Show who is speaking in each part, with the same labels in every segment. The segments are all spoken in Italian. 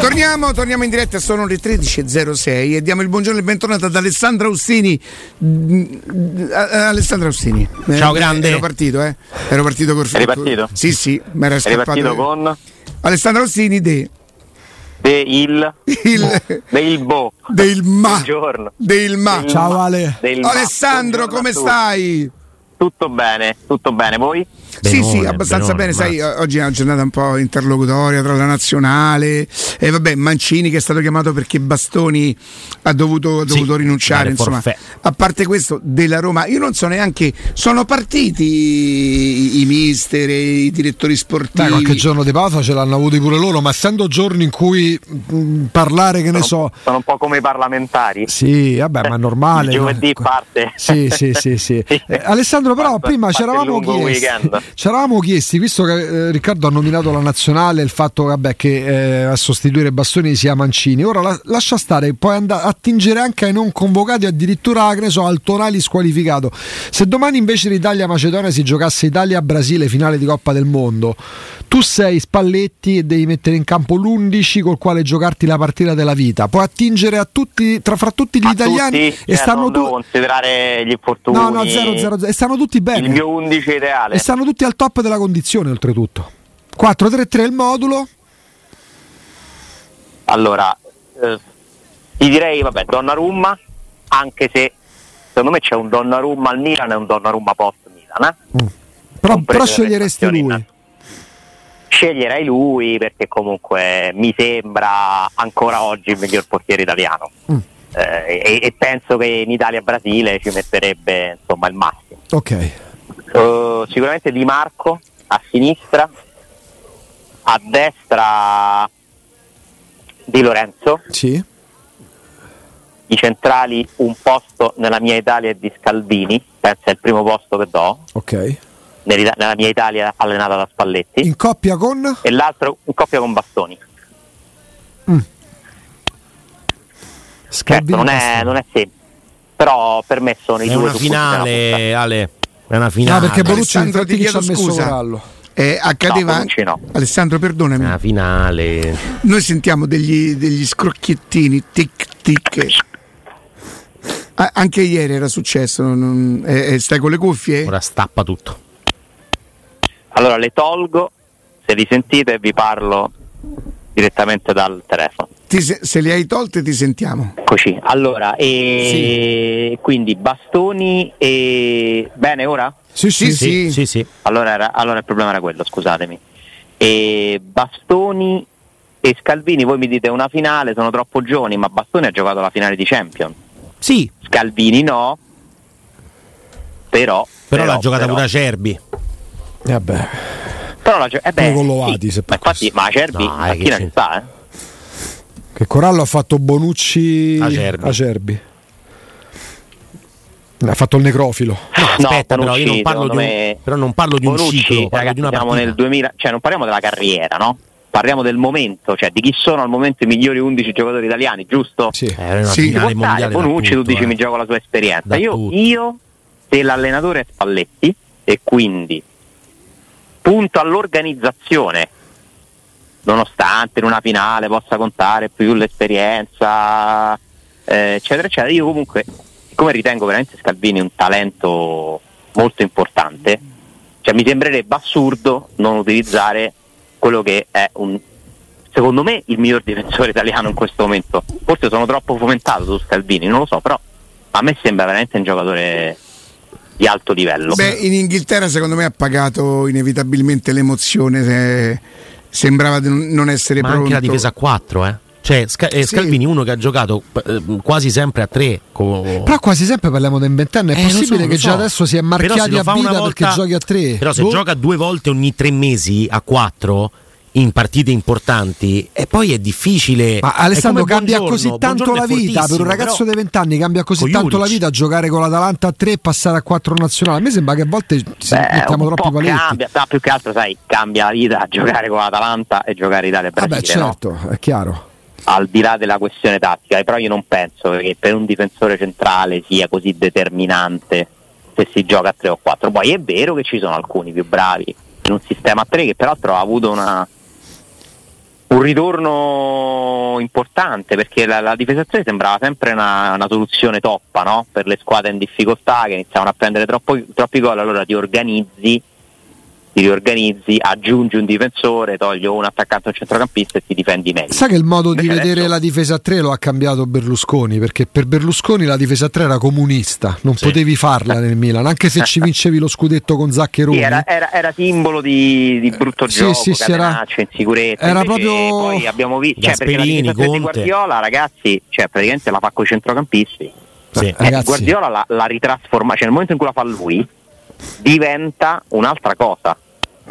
Speaker 1: Torniamo, torniamo in diretta, sono le 13.06 e diamo il buongiorno e bentornato ad Alessandra Austini. Mm, a- a- Alessandra Austini.
Speaker 2: Ciao, grande.
Speaker 1: Ero partito, eh? Ero partito col
Speaker 3: Eri partito?
Speaker 1: Sì, sì, mi era
Speaker 3: È ripartito
Speaker 1: scappato.
Speaker 3: con
Speaker 1: Alessandra Austini de
Speaker 3: De Il eh,
Speaker 1: il,
Speaker 3: Del Bo.
Speaker 1: del ma.
Speaker 3: Buongiorno.
Speaker 1: Del ma.
Speaker 3: Del
Speaker 4: Ciao
Speaker 3: ma-
Speaker 4: Ale.
Speaker 3: del ma.
Speaker 1: Alessandro,
Speaker 3: Buongiorno
Speaker 1: come
Speaker 3: a tutti.
Speaker 1: stai?
Speaker 3: Tutto bene, tutto bene. Voi?
Speaker 1: sì, sì,
Speaker 2: Benone,
Speaker 1: abbastanza
Speaker 2: benone,
Speaker 1: bene. Sai,
Speaker 2: ammazza.
Speaker 1: o- oggi è una giornata un po' interlocutoria tra la nazionale e vabbè, Mancini che è stato chiamato perché Bastoni ha dovuto, ha
Speaker 2: Sì,
Speaker 1: dovuto rinunciare.
Speaker 2: dare
Speaker 1: Insomma,
Speaker 2: forfait.
Speaker 1: a parte questo, della Roma, io non so neanche. Sono partiti i, i mister, i direttori sportivi.
Speaker 4: Dai, qualche giorno di pausa ce l'hanno avuti pure loro, ma essendo giorni in cui mh, parlare, che ne so,
Speaker 3: Sono un po' come i parlamentari.
Speaker 4: Sì, vabbè, ma è normale.
Speaker 3: Il giovedì
Speaker 4: no?
Speaker 3: parte.
Speaker 4: Sì, sì, sì, sì.
Speaker 3: Sì.
Speaker 4: Eh, Alessandro, però,
Speaker 3: Parte-
Speaker 4: prima
Speaker 3: parte
Speaker 4: ci eravamo
Speaker 3: il lungo
Speaker 4: chiesti,
Speaker 3: weekend.
Speaker 4: ci eravamo chiesti, visto che eh, Riccardo ha nominato la nazionale, il fatto vabbè, che eh, a sostituire Bastoni sia Mancini, ora la- lascia stare, puoi andare attingere anche ai non convocati, addirittura che ne so, al Tonali squalificato. Se domani invece l'Italia-Macedonia si giocasse Italia-Brasile, finale di Coppa del Mondo, tu sei Spalletti e devi mettere in campo l'11 col quale giocarti la partita della vita, puoi attingere a tutti, tra, fra tutti gli
Speaker 3: A
Speaker 4: italiani
Speaker 3: tutti,
Speaker 4: e
Speaker 3: eh,
Speaker 4: stanno
Speaker 3: non devo
Speaker 4: tutti.
Speaker 3: considerare gli infortuni.
Speaker 4: No, no, 0-0-0. E stanno tutti bene.
Speaker 3: Il mio 11 ideale.
Speaker 4: E stanno tutti al top della condizione, oltretutto. 4-3-3 il modulo.
Speaker 3: Allora, eh, ti direi, vabbè, Donnarumma, anche se secondo me c'è un Donnarumma al Milan e un Donnarumma post Milan, eh?
Speaker 4: Però,
Speaker 3: Compreso
Speaker 4: però
Speaker 3: le
Speaker 4: sceglieresti
Speaker 3: prestazioni in
Speaker 4: lui.
Speaker 3: atto. Sceglierei lui perché comunque mi sembra ancora oggi il miglior portiere italiano.
Speaker 4: Mm.
Speaker 3: Eh, e, e penso che in Italia-Brasile ci metterebbe insomma il massimo.
Speaker 4: Ok.
Speaker 3: Eh, sicuramente Di Marco a sinistra, a destra Di Lorenzo,
Speaker 4: Sì.
Speaker 3: i centrali un posto nella mia Italia è di Scalvini, penso è il primo posto che do,
Speaker 4: Ok.
Speaker 3: nell'Ita- nella mia Italia allenata da Spalletti,
Speaker 4: In coppia con
Speaker 3: e l'altro in coppia con Bastoni. Certo,
Speaker 4: Scalvini.
Speaker 3: non è, non è semplice, però per me sono i
Speaker 2: È
Speaker 3: due
Speaker 2: una
Speaker 3: su cui bisogna puntare.
Speaker 2: finale, Ale. È una
Speaker 4: No,
Speaker 2: finale.
Speaker 4: perché Bonucci
Speaker 1: Alessandro,
Speaker 4: infatti
Speaker 1: ti
Speaker 4: ci ha
Speaker 1: chiedo
Speaker 4: messo
Speaker 1: scusa.
Speaker 4: Corallo.
Speaker 1: Eh, accadeva.
Speaker 3: No, Bonucci no.
Speaker 1: Alessandro,
Speaker 2: È
Speaker 1: perdonami.
Speaker 2: una finale.
Speaker 1: Noi sentiamo degli, degli scrocchiettini, tic tic. A- anche ieri era successo. non- eh, eh, stai con le cuffie?
Speaker 2: Ora stappa tutto.
Speaker 3: Allora le tolgo, se li sentite vi parlo direttamente dal telefono.
Speaker 1: Ti se, se le hai tolte ti sentiamo.
Speaker 3: Eccoci, allora, e quindi bastoni e... Bene ora?
Speaker 4: Sì, sì.
Speaker 1: Sì.
Speaker 2: Sì, sì, sì.
Speaker 3: Allora, era- allora il problema era quello, scusatemi. E Bastoni e Scalvini, voi mi dite una finale, sono troppo giovani, ma Bastoni ha giocato la finale di Champions.
Speaker 2: Sì,
Speaker 3: Scalvini no, però...
Speaker 2: però, l'ha giocata
Speaker 3: però-
Speaker 2: pure Acerbi.
Speaker 4: Eh, Vabbè.
Speaker 3: Però la gio- eh beh,
Speaker 4: Pure con Loati,
Speaker 3: sì,
Speaker 4: se
Speaker 3: ma
Speaker 4: per
Speaker 3: infatti, ma Acerbi
Speaker 2: No, eh,
Speaker 3: a
Speaker 2: che
Speaker 3: chi ne
Speaker 2: c'entra?
Speaker 3: sa, eh?
Speaker 4: Che Corallo ha fatto Bonucci
Speaker 2: Acerbi.
Speaker 4: Acerbi. Ha fatto il necrofilo.
Speaker 2: No, aspetta, però
Speaker 3: Bonucci,
Speaker 2: io non parlo
Speaker 3: secondo
Speaker 2: di un,
Speaker 3: me-
Speaker 2: però non parlo di un
Speaker 3: Bonucci,
Speaker 2: ciclo, parlo
Speaker 3: ragazzi,
Speaker 2: di una
Speaker 3: siamo
Speaker 2: partita.
Speaker 3: nel 2000, cioè non parliamo della carriera, no? Parliamo del momento, cioè di chi sono al momento i migliori 11 giocatori italiani, giusto?
Speaker 4: Sì.
Speaker 2: Eh, Era una
Speaker 1: Sì.
Speaker 2: finale
Speaker 3: Può stare
Speaker 2: mondiale. da
Speaker 3: Bonucci, tu
Speaker 2: tutto,
Speaker 3: dici
Speaker 2: eh.
Speaker 3: mi gioco la sua esperienza.
Speaker 2: Da
Speaker 3: Io,
Speaker 2: tutto.
Speaker 3: io, se l'allenatore è Spalletti, e quindi punto all'organizzazione, nonostante in una finale possa contare più l'esperienza, eh, eccetera, eccetera, io comunque, siccome ritengo veramente Scalvini un talento molto importante, cioè mi sembrerebbe assurdo non utilizzare quello che è un secondo me il miglior difensore italiano in questo momento. Forse sono troppo fomentato su Scalvini, non lo so, però a me sembra veramente un giocatore di alto livello.
Speaker 1: Beh, in Inghilterra secondo me ha pagato inevitabilmente l'emozione. se- sembrava di non non essere
Speaker 2: Ma
Speaker 1: pronto.
Speaker 2: anche la difesa a 4, eh. Cioè, Sca- eh,
Speaker 1: Sì.
Speaker 2: Scalvini, uno che ha giocato eh, quasi sempre a 3.
Speaker 4: Però quasi sempre parliamo di un ventenne. È
Speaker 2: Eh, lo so,
Speaker 4: possibile
Speaker 2: lo
Speaker 4: che
Speaker 2: so.
Speaker 4: già adesso si è
Speaker 2: Però se
Speaker 4: marchiati
Speaker 2: lo
Speaker 4: a
Speaker 2: fa una
Speaker 4: vita
Speaker 2: volta-
Speaker 4: perché giochi a tre.
Speaker 2: Però se
Speaker 4: Boh.
Speaker 2: gioca due volte ogni tre mesi a 4 in partite importanti, e poi è difficile.
Speaker 4: Ma
Speaker 2: Eh, È
Speaker 4: Alessandro
Speaker 2: come
Speaker 4: cambia
Speaker 2: Buongiorno.
Speaker 4: così tanto
Speaker 2: Buongiorno
Speaker 4: la
Speaker 2: è
Speaker 4: vita per un
Speaker 2: fortissimo,
Speaker 4: ragazzo
Speaker 2: però-
Speaker 4: dei 20 anni cambia così
Speaker 2: Con
Speaker 4: tanto la
Speaker 2: Juric.
Speaker 4: vita giocare con l'Atalanta a 3 e passare a 4 nazionale. A me sembra che a volte ci
Speaker 3: Beh,
Speaker 4: mettiamo
Speaker 3: un
Speaker 4: troppi
Speaker 3: po'
Speaker 4: paletti.
Speaker 3: cambia, no, più che altro sai, cambia la vita a giocare con l'Atalanta e giocare Italia e Brasile,
Speaker 4: Vabbè,
Speaker 3: no?
Speaker 4: certo, è chiaro.
Speaker 3: al di là della questione tattica, eh, però io non penso che per un difensore centrale sia così determinante se si gioca a 3 o 4. Poi è vero che ci sono alcuni più bravi in un sistema a 3 che peraltro ha avuto una un ritorno importante perché la, la difesa a tre sembrava sempre una, una soluzione toppa no? per le squadre in difficoltà che iniziavano a prendere troppo- troppi gol, allora ti organizzi, ti riorganizzi, aggiungi un difensore, togli un attaccante o un centrocampista e ti difendi meglio.
Speaker 4: Sai che il modo di
Speaker 3: Invece
Speaker 4: vedere
Speaker 3: adesso-
Speaker 4: la difesa a 3 lo ha cambiato Berlusconi, perché per Berlusconi la difesa a 3 era comunista, non
Speaker 2: Sì.
Speaker 4: potevi farla nel Milan, anche se ci vincevi lo scudetto con Zaccheroni.
Speaker 3: Sì, era, era- era simbolo di, di brutto
Speaker 4: Sì,
Speaker 3: gioco,
Speaker 4: sì, sì, era-
Speaker 3: catenaccio, insicurezza.
Speaker 4: era
Speaker 3: invece
Speaker 4: proprio-
Speaker 3: Poi abbiamo visto, cioè, perché la
Speaker 2: Gasperini,
Speaker 3: difesa di
Speaker 2: Conte.
Speaker 3: Guardiola, ragazzi, cioè, praticamente la fa con i centrocampisti.
Speaker 2: Sì.
Speaker 3: Eh,
Speaker 4: Ragazzi.
Speaker 3: Guardiola la, la ritrasforma, cioè nel momento in cui la fa lui, diventa un'altra cosa.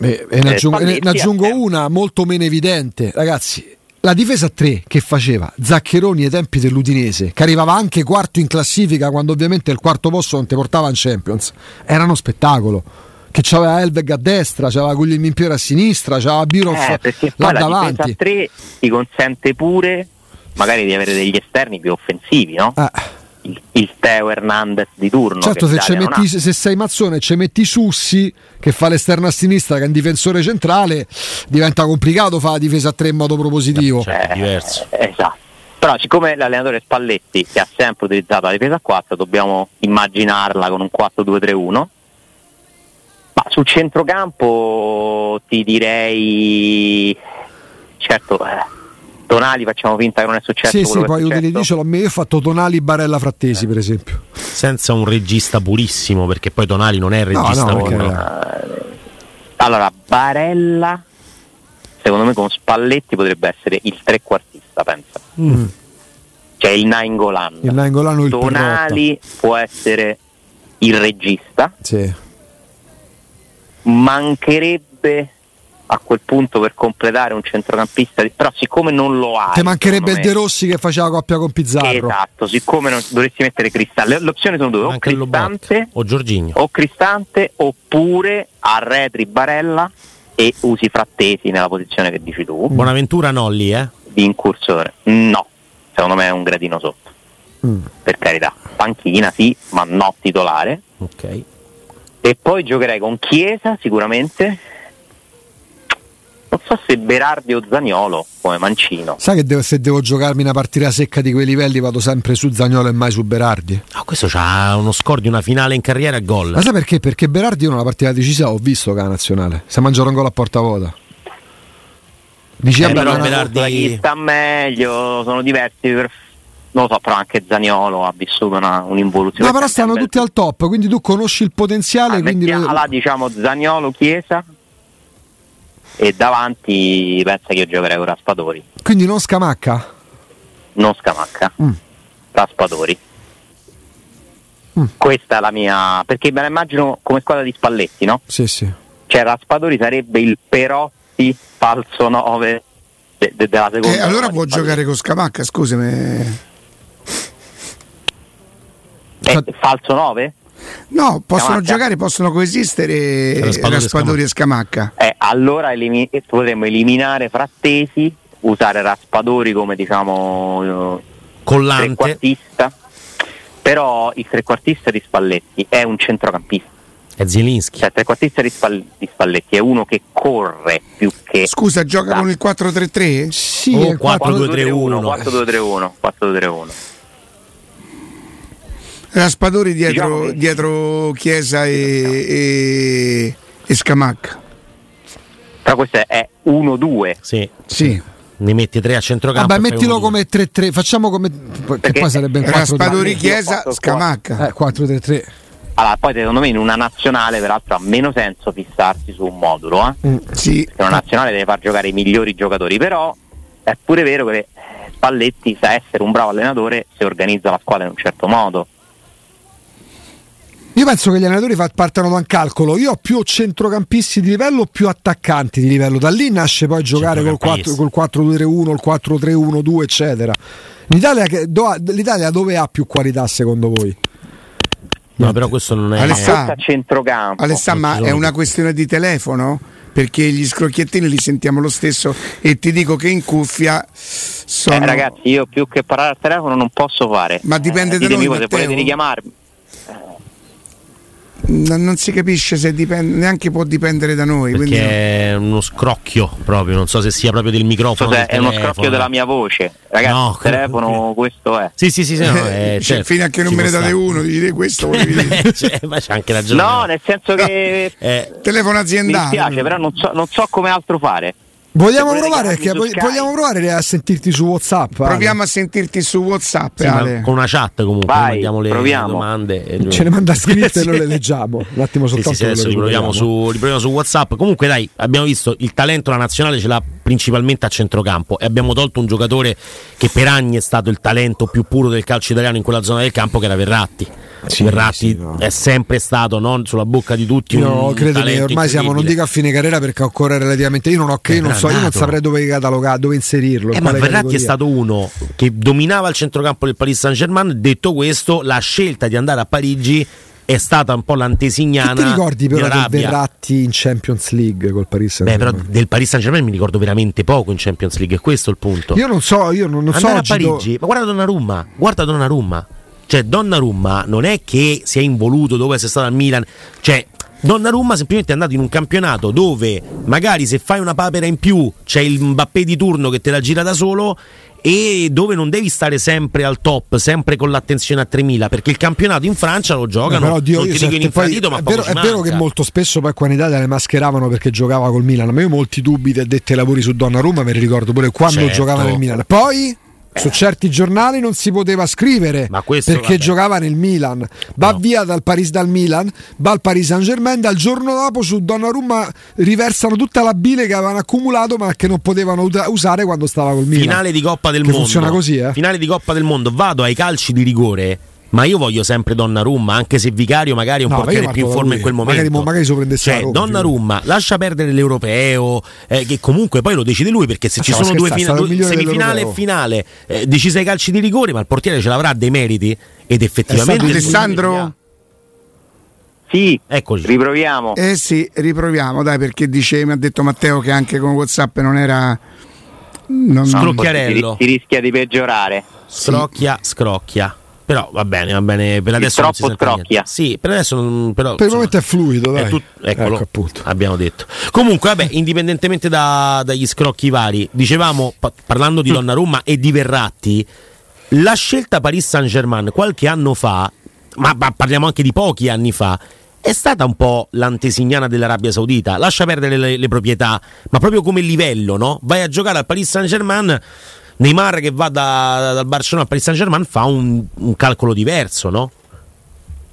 Speaker 4: E, e ne
Speaker 3: Eh,
Speaker 4: aggiungo,
Speaker 3: Spalletti
Speaker 4: e ne aggiungo
Speaker 3: ha sempre-
Speaker 4: una molto meno evidente, ragazzi. La difesa a 3 che faceva Zaccheroni ai tempi dell'Udinese, che arrivava anche quarto in classifica quando ovviamente il quarto posto non ti portava in Champions, era uno spettacolo. Che c'aveva Elveg a destra, c'aveva Guglielmin Impiero a sinistra, c'aveva Biroff
Speaker 3: Eh, perché
Speaker 4: là
Speaker 3: poi la difesa a
Speaker 4: davanti.
Speaker 3: 3 ti consente pure magari di avere degli esterni più offensivi, no?
Speaker 4: Eh.
Speaker 3: Il, il Teo Hernandez di turno.
Speaker 4: Certo,
Speaker 3: che
Speaker 4: se, ci
Speaker 3: l'Italia non
Speaker 4: metti-
Speaker 3: ha.
Speaker 4: se sei Mazzone e ci metti Sussi che fa l'esterno a sinistra, che è un difensore centrale, diventa complicato fare la difesa a tre in modo propositivo.
Speaker 2: Certo. è diverso.
Speaker 3: eh, esatto. Però siccome l'allenatore Spalletti che ha sempre utilizzato la difesa a 4, dobbiamo immaginarla con un 4-2-3-1. Ma sul centrocampo ti direi certo eh, Tonali facciamo finta che non è successo
Speaker 4: sì, sì,
Speaker 3: quello che certo. è
Speaker 4: poi utili
Speaker 3: successo.
Speaker 4: dicelo a me, io ho fatto Tonali Barella Frattesi, per esempio.
Speaker 2: senza un regista purissimo, perché poi Tonali non è il
Speaker 4: No,
Speaker 2: regista
Speaker 4: no,
Speaker 2: puro.
Speaker 4: perché-
Speaker 3: Eh, Allora, Barella secondo me con Spalletti potrebbe essere il trequartista, pensa. Cioè il Nainggolan.
Speaker 4: Mm. Il Nainggolan o il
Speaker 3: Tonali può essere il regista,
Speaker 4: Sì.
Speaker 3: Ah, mancherebbe a quel punto per completare un centrocampista, di- però siccome non lo ha...
Speaker 4: Te mancherebbe il
Speaker 3: secondo
Speaker 4: De
Speaker 3: me-
Speaker 4: Rossi che faceva coppia con Pizzarro.
Speaker 3: Esatto, siccome non dovresti mettere Cristalli, le opzioni sono due, o
Speaker 2: Anche
Speaker 3: Cristante
Speaker 2: Lobotte o Giorginio.
Speaker 3: o Cristante oppure arretri Barella e usi Frattesi nella posizione che dici tu
Speaker 2: Buonaventura no lì, eh?
Speaker 3: di incursore. No, secondo me è un gradino sotto,
Speaker 4: Mm.
Speaker 3: per carità. Panchina sì, ma non titolare.
Speaker 2: Ok.
Speaker 3: E poi giocherei con Chiesa sicuramente. Non so se Berardi o Zagnolo come mancino.
Speaker 4: Sai che devo- se devo giocarmi una partita secca di quei livelli vado sempre su Zagnolo e mai su Berardi.
Speaker 2: Ah, questo c'ha uno score di una finale in carriera e gol.
Speaker 4: Ma sai perché? Perché Berardi io una partita decisa ho visto che è la nazionale. Se mangiato un gol a porta vuota. Dici,
Speaker 2: Eh,
Speaker 4: vabbè,
Speaker 2: però
Speaker 4: ma-
Speaker 2: Berardi-
Speaker 3: Chi sta meglio, sono diversi per- Non lo so, però anche Zagnolo ha vissuto una- un'involuzione.
Speaker 4: No, però stanno
Speaker 3: Sempre-
Speaker 4: tutti al top, quindi tu conosci il potenziale.
Speaker 3: Ah,
Speaker 4: quindi
Speaker 3: mettiamo-
Speaker 4: lo-
Speaker 3: Allora diciamo Zagnolo, Chiesa e davanti pensa che io giocherei con Raspadori,
Speaker 4: Quindi non scamacca.
Speaker 3: non Scamacca,
Speaker 4: Mm.
Speaker 3: Raspadori.
Speaker 4: Mm.
Speaker 3: Questa è la mia... perché me la immagino come squadra di Spalletti, no?
Speaker 4: Sì, sì.
Speaker 3: Cioè Raspadori sarebbe il Perotti falso 9 de- de- della seconda.
Speaker 1: Eh, allora
Speaker 3: di
Speaker 1: può
Speaker 3: Spalletti.
Speaker 1: giocare con Scamacca, scusami.
Speaker 3: Eh, falso 9?
Speaker 1: No, possono
Speaker 3: Scamacca.
Speaker 1: giocare, possono coesistere
Speaker 2: Raspadori e
Speaker 1: Raspadori e Scamacca.
Speaker 3: Eh, allora elimi- eh, potremmo eliminare Frattesi, usare Raspadori come diciamo eh,
Speaker 2: Collante
Speaker 3: trequartista. Però il trequartista di Spalletti è un centrocampista.
Speaker 2: è Zielinski.
Speaker 3: Cioè, il trequartista di, Spal- di Spalletti è uno che corre più che.
Speaker 1: Scusa, gioca
Speaker 3: Ah.
Speaker 1: con il 4-3-3?
Speaker 4: Sì,
Speaker 2: Oh,
Speaker 4: è
Speaker 2: qua-
Speaker 3: 4-2-3-1.
Speaker 2: 4-2-3-1.
Speaker 3: 4-2-3-1. 4-2-3-1.
Speaker 1: Raspadori dietro,
Speaker 3: Diciamo che-
Speaker 1: dietro Chiesa e, e- e Scamacca.
Speaker 3: Però questo è 1-2.
Speaker 2: Sì.
Speaker 1: Sì.
Speaker 2: Ne metti tre a centrocampo.
Speaker 4: Vabbè,
Speaker 2: e fai
Speaker 4: Ah, mettilo
Speaker 2: uno, due.
Speaker 4: come 3-3. Facciamo come. Che
Speaker 3: Perché
Speaker 4: poi sarebbe il 4
Speaker 1: Raspadori,
Speaker 3: Io ho
Speaker 1: Chiesa,
Speaker 3: fatto il
Speaker 1: Scamacca.
Speaker 4: Eh, 4-3-3.
Speaker 3: Allora, poi secondo me in una nazionale, peraltro, ha meno senso fissarsi su un modulo. Eh?
Speaker 1: Sì.
Speaker 3: Perché una nazionale deve far giocare i migliori giocatori. Però è pure vero che eh, Spalletti sa essere un bravo allenatore se organizza la squadra in un certo modo.
Speaker 4: Io penso che gli allenatori fa- partano da un calcolo. Io ho più centrocampisti di livello, più attaccanti di livello. Da lì nasce poi giocare col, 4,
Speaker 2: Centrocampisti.
Speaker 4: col 4-2-3-1, il 4-3-1-2, eccetera. L'Italia, che- do- L'Italia dove ha più qualità secondo voi?
Speaker 2: No, però questo non è.
Speaker 1: Alessandro-
Speaker 3: Forse a centrocampo. Eh,
Speaker 1: Alessandro, ma
Speaker 2: Non ci
Speaker 1: è
Speaker 2: sono.
Speaker 1: una questione di telefono? Perché gli scrocchiettini li sentiamo lo stesso e ti dico che in cuffia sono...
Speaker 3: Eh, ragazzi, io più che parlare al telefono non posso fare. Eh,
Speaker 1: Ma dipende da noi,
Speaker 3: ditemi voi se
Speaker 1: Matteo.
Speaker 3: volete richiamarmi.
Speaker 1: non, non si capisce se dipende, neanche può dipendere da noi. quindi no.
Speaker 2: Perché è uno scrocchio proprio, non so se sia proprio del microfono.
Speaker 3: Cos'è?
Speaker 2: del
Speaker 3: Cioè, È uno
Speaker 2: telefono.
Speaker 3: scrocchio della mia voce. Ragazzi,
Speaker 2: No,
Speaker 3: il telefono questo è.
Speaker 2: Sì, sì, sì, sì no,
Speaker 1: Eh,
Speaker 2: eh,
Speaker 1: dice,
Speaker 2: certo,
Speaker 1: fino a che non
Speaker 2: ci
Speaker 1: me ne
Speaker 2: può
Speaker 1: date
Speaker 2: stare.
Speaker 1: uno, dici questo volevi dire.
Speaker 2: Beh, cioè, ma c'è anche ragione.
Speaker 3: No, nel senso che
Speaker 2: Eh,
Speaker 1: Telefono
Speaker 3: mi
Speaker 1: aziendale.
Speaker 3: dispiace, però non so, non so come altro fare.
Speaker 4: Vogliamo
Speaker 3: Se volete
Speaker 4: provare,
Speaker 3: chiamarmi
Speaker 4: perché
Speaker 3: su
Speaker 4: vog-
Speaker 3: Skype.
Speaker 4: vogliamo provare a sentirti su WhatsApp. Ale?
Speaker 1: Proviamo a sentirti su WhatsApp,
Speaker 2: sì, ma
Speaker 1: Ale.
Speaker 2: con una chat comunque,
Speaker 3: Vai,
Speaker 2: noi mandiamo le
Speaker 3: proviamo.
Speaker 2: domande. e-
Speaker 4: Ce ne manda scritte e
Speaker 2: Sì.
Speaker 4: noi le leggiamo. Un attimo
Speaker 2: Sì,
Speaker 4: soltanto.
Speaker 2: sì, sì, adesso
Speaker 4: lo
Speaker 2: li proviamo,
Speaker 4: recuperiamo.
Speaker 2: su, li proviamo su WhatsApp. Comunque, dai, abbiamo visto il talento la nazionale ce l'ha principalmente a centrocampo e abbiamo tolto un giocatore che per anni è stato il talento più puro del calcio italiano in quella zona del campo, che era Verratti.
Speaker 4: Sì,
Speaker 2: Verratti
Speaker 4: sì, no.
Speaker 2: è sempre stato non sulla bocca di tutti.
Speaker 4: No,
Speaker 2: un
Speaker 4: credimi,
Speaker 2: talento
Speaker 4: ormai siamo, non dico
Speaker 2: incredibile.
Speaker 4: a fine carriera perché ancora relativamente. Io non, ho, che- io non so, io non
Speaker 2: granato.
Speaker 4: saprei dove catalogare, dove inserirlo.
Speaker 2: Eh,
Speaker 4: in
Speaker 2: ma
Speaker 4: quale
Speaker 2: Verratti
Speaker 4: categoria.
Speaker 2: è stato uno che dominava il centrocampo del Paris Saint Germain. Detto questo, la scelta di andare a Parigi è stata un po' l'antesignana.
Speaker 4: Che ti ricordi però
Speaker 2: di
Speaker 4: del
Speaker 2: rabbia.
Speaker 4: Verratti in Champions League col Paris Saint
Speaker 2: Beh, però
Speaker 4: Germain?
Speaker 2: del Paris Saint Germain mi ricordo veramente poco in Champions League, è questo il punto.
Speaker 4: Io non so, io non, non so
Speaker 2: Andare
Speaker 4: oggi
Speaker 2: a
Speaker 4: do-
Speaker 2: Parigi, ma guarda Donnarumma, guarda Donnarumma. Cioè Donnarumma non è che si è involuto dove sei stato al Milan, cioè Donnarumma semplicemente è andato in un campionato dove magari se fai una papera in più c'è il Mbappé di turno che te la gira da solo e dove non devi stare sempre al top, sempre con l'attenzione a 3000, perché il campionato in Francia lo giocano,
Speaker 4: Eh, Però, oddio,
Speaker 2: non
Speaker 4: io
Speaker 2: ti
Speaker 4: sento-
Speaker 2: dico in
Speaker 4: poi
Speaker 2: infradito, ma
Speaker 4: è,
Speaker 2: poco
Speaker 4: vero,
Speaker 2: ci
Speaker 4: è vero
Speaker 2: manca.
Speaker 4: che molto spesso poi qua in Italia le mascheravano perché giocava col Milan. Ma io molti dubbi te- detti ai lavori su Donnarumma me li ricordo pure quando
Speaker 2: Certo. Eh.
Speaker 4: giocava nel Milan. Poi su certi giornali non si poteva scrivere
Speaker 2: Ma questo,
Speaker 4: perché
Speaker 2: vabbè.
Speaker 4: giocava nel Milan. Va
Speaker 2: No.
Speaker 4: via dal Paris dal Milan, va al Paris Saint-Germain, dal giorno dopo su Donnarumma riversano tutta la bile che avevano accumulato ma che non potevano uta- usare quando stava col Milan.
Speaker 2: Finale di Coppa del
Speaker 4: Che
Speaker 2: Mondo.
Speaker 4: funziona così, eh?
Speaker 2: Finale di Coppa del Mondo, vado ai calci di rigore, ma io voglio sempre Donnarumma, anche se Vicario magari è un
Speaker 4: No, ma
Speaker 2: portiere
Speaker 4: io
Speaker 2: più
Speaker 4: parto
Speaker 2: in
Speaker 4: da
Speaker 2: forma
Speaker 4: lui.
Speaker 2: in quel
Speaker 4: Magari-
Speaker 2: momento.
Speaker 4: magari se lo prendesse
Speaker 2: Cioè,
Speaker 4: la Roma,
Speaker 2: Donnarumma, lascia perdere l'europeo, eh, che comunque poi lo decide lui perché se
Speaker 4: Ma
Speaker 2: ci
Speaker 4: stiamo
Speaker 2: sono due,
Speaker 4: scherzando, sarà
Speaker 2: fina-
Speaker 4: il
Speaker 2: due
Speaker 4: migliore
Speaker 2: semifinale e
Speaker 4: dell'Europeo.
Speaker 2: finale, eh, decise ai calci di rigore, ma il portiere ce l'avrà dei meriti ed effettivamente
Speaker 1: Eh, Alessandro?
Speaker 3: Sì,
Speaker 2: Eh. Eccoci.
Speaker 3: riproviamo.
Speaker 1: Eh sì, riproviamo, dai, perché dice, mi ha detto Matteo che anche con WhatsApp non era... Non,
Speaker 2: Scrocchi-
Speaker 3: Si,
Speaker 2: Chiarello.
Speaker 3: si rischia di peggiorare.
Speaker 2: Scrocchia, scrocchia. Però va bene, va bene, per adesso non si
Speaker 3: troppo
Speaker 2: sente niente.
Speaker 3: scrocchia.
Speaker 2: Sì, per adesso non- però,
Speaker 4: Per il
Speaker 2: insomma,
Speaker 4: momento è fluido, dai.
Speaker 2: È tut- eccolo,
Speaker 4: Ecco, appunto.
Speaker 2: abbiamo detto. Comunque, vabbè, indipendentemente da- dagli scrocchi vari, dicevamo, pa- parlando
Speaker 4: Mm.
Speaker 2: di Donnarumma e di Verratti, la scelta Paris Saint-Germain qualche anno fa, ma, ma parliamo anche di pochi anni fa, è stata un po' l'antesignana dell'Arabia Saudita. Lascia perdere le, le proprietà, ma proprio come livello, no? Vai a giocare al Paris Saint-Germain. Neymar che va da- dal Barcellona al Paris Saint-Germain fa un, un calcolo diverso, no?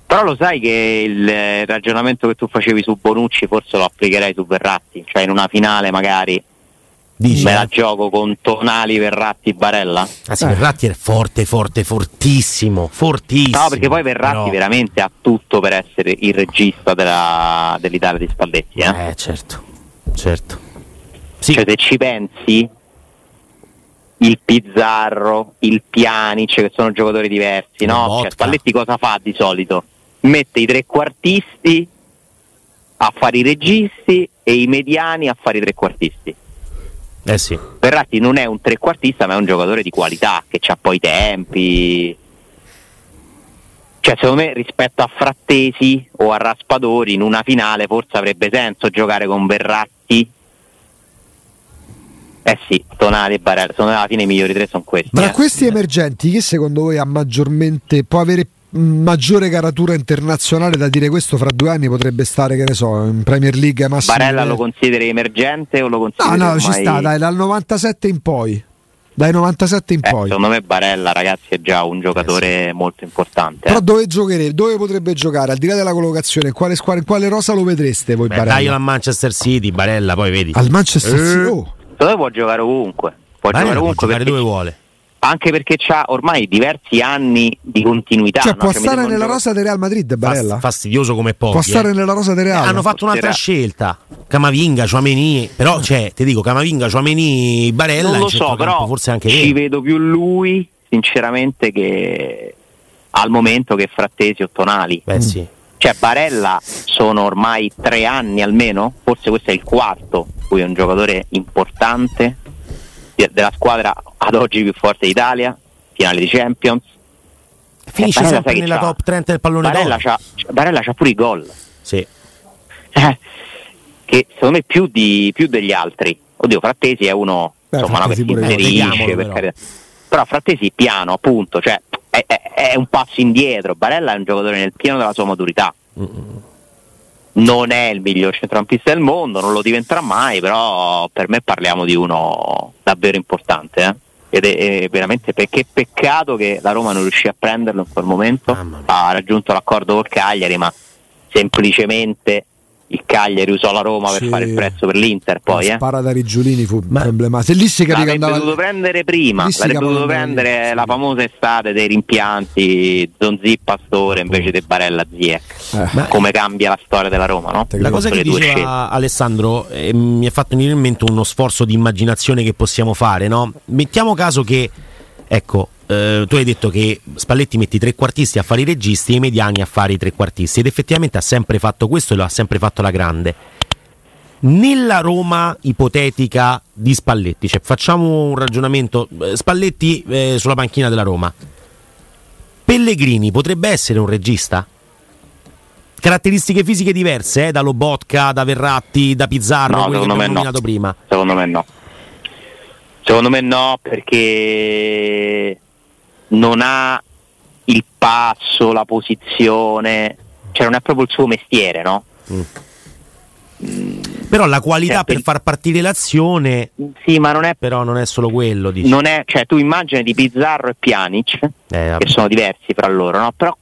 Speaker 3: Però lo sai che il eh, ragionamento che tu facevi su Bonucci forse lo applicherai su Verratti, cioè in una finale magari
Speaker 2: Dici,
Speaker 3: me
Speaker 2: eh?
Speaker 3: la gioco con Tonali, Verratti, Barella.
Speaker 2: Ah sì, Verratti è forte, forte, fortissimo, fortissimo.
Speaker 3: No, perché poi Verratti
Speaker 2: Però-
Speaker 3: veramente ha tutto per essere il regista della- dell'Italia di Spalletti. eh.
Speaker 2: Eh, certo, certo. Sì,
Speaker 3: Cioè, se ci pensi, il Pizzarro, il Pianic, che sono giocatori diversi, no?
Speaker 2: Botka.
Speaker 3: Cioè, Spalletti cosa fa di solito? Mette i trequartisti a fare i registi e i mediani a fare i trequartisti.
Speaker 2: eh sì.
Speaker 3: Verratti non è un trequartista, ma è un giocatore di qualità che ha poi i tempi. Cioè, secondo me, rispetto a Frattesi o a Raspadori, in una finale forse avrebbe senso giocare con Verratti. Eh sì, Tonali e Barella, secondo me alla fine i migliori tre sono questi.
Speaker 4: Tra
Speaker 3: eh.
Speaker 4: questi emergenti, chi secondo voi ha maggiormente può avere mh, maggiore caratura internazionale da dire questo fra due anni potrebbe stare, che ne so, in Premier League ai massimi.
Speaker 3: Barella lo consideri emergente o lo
Speaker 4: eh.
Speaker 3: consideri
Speaker 4: No, no, ci
Speaker 3: ormai-
Speaker 4: sta, dai, dal 97 in poi. Dai 97 in
Speaker 3: Eh,
Speaker 4: poi. Eh,
Speaker 3: secondo me Barella, ragazzi, è già un giocatore molto importante. eh.
Speaker 4: Però dove giocherebbe? Dove potrebbe giocare? Al di là della collocazione, in quale squadra, in quale rosa lo vedreste voi
Speaker 2: Beh, Eh.
Speaker 4: Barella?
Speaker 2: taglio a Manchester City, Barella, poi vedi.
Speaker 4: Al Manchester City. Oh,
Speaker 3: Secondo me può giocare ovunque. Può
Speaker 2: Barella
Speaker 3: giocare
Speaker 2: può
Speaker 3: ovunque
Speaker 2: giocare
Speaker 3: perché
Speaker 2: dove vuole.
Speaker 3: anche perché ha ormai diversi anni di continuità.
Speaker 4: cioè
Speaker 3: no?
Speaker 4: può
Speaker 3: Cioè, mi
Speaker 4: stare
Speaker 3: sembra un
Speaker 4: nella
Speaker 3: gioco-
Speaker 4: rosa del Real Madrid Barella?
Speaker 2: Fast- fastidioso come pochi.
Speaker 4: può stare
Speaker 2: eh.
Speaker 4: nella rosa del
Speaker 2: Eh,
Speaker 4: Real?
Speaker 2: hanno fatto un'altra
Speaker 3: Era-
Speaker 2: scelta. Camavinga, Chouameni, però cioè, ti dico Camavinga, Chouameni, Barella,
Speaker 3: Non
Speaker 2: in
Speaker 3: lo so,
Speaker 2: centrocampo
Speaker 3: però
Speaker 2: Eh, forse anche
Speaker 3: ci
Speaker 2: vero.
Speaker 3: vedo più lui, sinceramente, che al momento che Frattesi o Tonali.
Speaker 2: Beh, sì.
Speaker 3: Cioè Barella sono ormai tre anni almeno, forse questo è il quarto, lui è un giocatore importante de- della squadra ad oggi più forte d'Italia, finale di Champions.
Speaker 2: Finisce
Speaker 3: Eh, Barella,
Speaker 2: sempre
Speaker 3: sai che
Speaker 2: nella
Speaker 3: c'ha?
Speaker 2: top 30 del pallone
Speaker 3: Barella
Speaker 2: d'oro.
Speaker 3: c'ha, Barella c'ha pure i gol.
Speaker 2: Sì.
Speaker 3: Eh, che secondo me più, di- più degli altri. Oddio, Frattesi è uno
Speaker 4: Beh,
Speaker 3: insomma, no,
Speaker 4: Frattesi
Speaker 3: che si
Speaker 4: pure io,
Speaker 3: inserisce,
Speaker 2: vediamolo
Speaker 3: per
Speaker 2: però.
Speaker 3: carità. Però Frattesi piano, appunto, cioè, è, è- è un passo indietro. Barella è un giocatore nel pieno della sua maturità. Non è il miglior centrocampista del mondo, non lo diventerà mai, però per me parliamo di uno davvero importante. eh. Ed è, è veramente perché peccato che la Roma non riuscì a prenderlo in quel momento.
Speaker 2: Mamma mia.
Speaker 3: Ha raggiunto l'accordo col Cagliari, ma semplicemente il Cagliari usò la Roma per
Speaker 4: Sì.
Speaker 3: fare il prezzo per l'Inter poi eh.
Speaker 4: Spara da Rigiolini fu emblematico. E lì si capì che
Speaker 3: l'avrebbe
Speaker 4: andava.
Speaker 3: dovuto prendere prima
Speaker 4: Lì si
Speaker 3: l'avrebbe
Speaker 4: capì
Speaker 3: dovuto
Speaker 4: che andava-
Speaker 3: prendere
Speaker 4: sì.
Speaker 3: la famosa estate dei rimpianti Zonzi Pastore invece di Barella Ziek
Speaker 4: Eh.
Speaker 2: Ma-
Speaker 3: come cambia la storia della Roma no?
Speaker 4: Te
Speaker 2: La cosa
Speaker 3: Con
Speaker 2: che
Speaker 3: le due
Speaker 2: diceva
Speaker 3: scelte.
Speaker 2: Alessandro eh, mi ha fatto venire in mente uno sforzo di immaginazione che possiamo fare, no? Mettiamo caso che, ecco, eh, tu hai detto che Spalletti mette i trequartisti a fare i registi e i mediani a fare i trequartisti ed effettivamente ha sempre fatto questo e lo ha sempre fatto la grande. Nella Roma ipotetica di Spalletti, cioè facciamo un ragionamento, eh, Spalletti eh, sulla panchina della Roma, Pellegrini potrebbe essere un regista? Caratteristiche fisiche diverse eh, da Lobotka, da Verratti, da Pizzarro,
Speaker 3: No,
Speaker 2: quelli che
Speaker 3: secondo me no.
Speaker 2: abbiamo nominato prima.
Speaker 3: secondo me no secondo me no perché non ha il passo la posizione cioè non è proprio il suo mestiere no?
Speaker 2: Però la qualità
Speaker 3: Eh,
Speaker 2: per
Speaker 3: per-
Speaker 2: far partire l'azione,
Speaker 3: sì ma non è
Speaker 2: però non è solo quello, dici.
Speaker 3: non è, cioè tu immagini di Pizzarro e Pjanic
Speaker 2: Eh, vabbè.
Speaker 3: che sono diversi fra loro, no? Però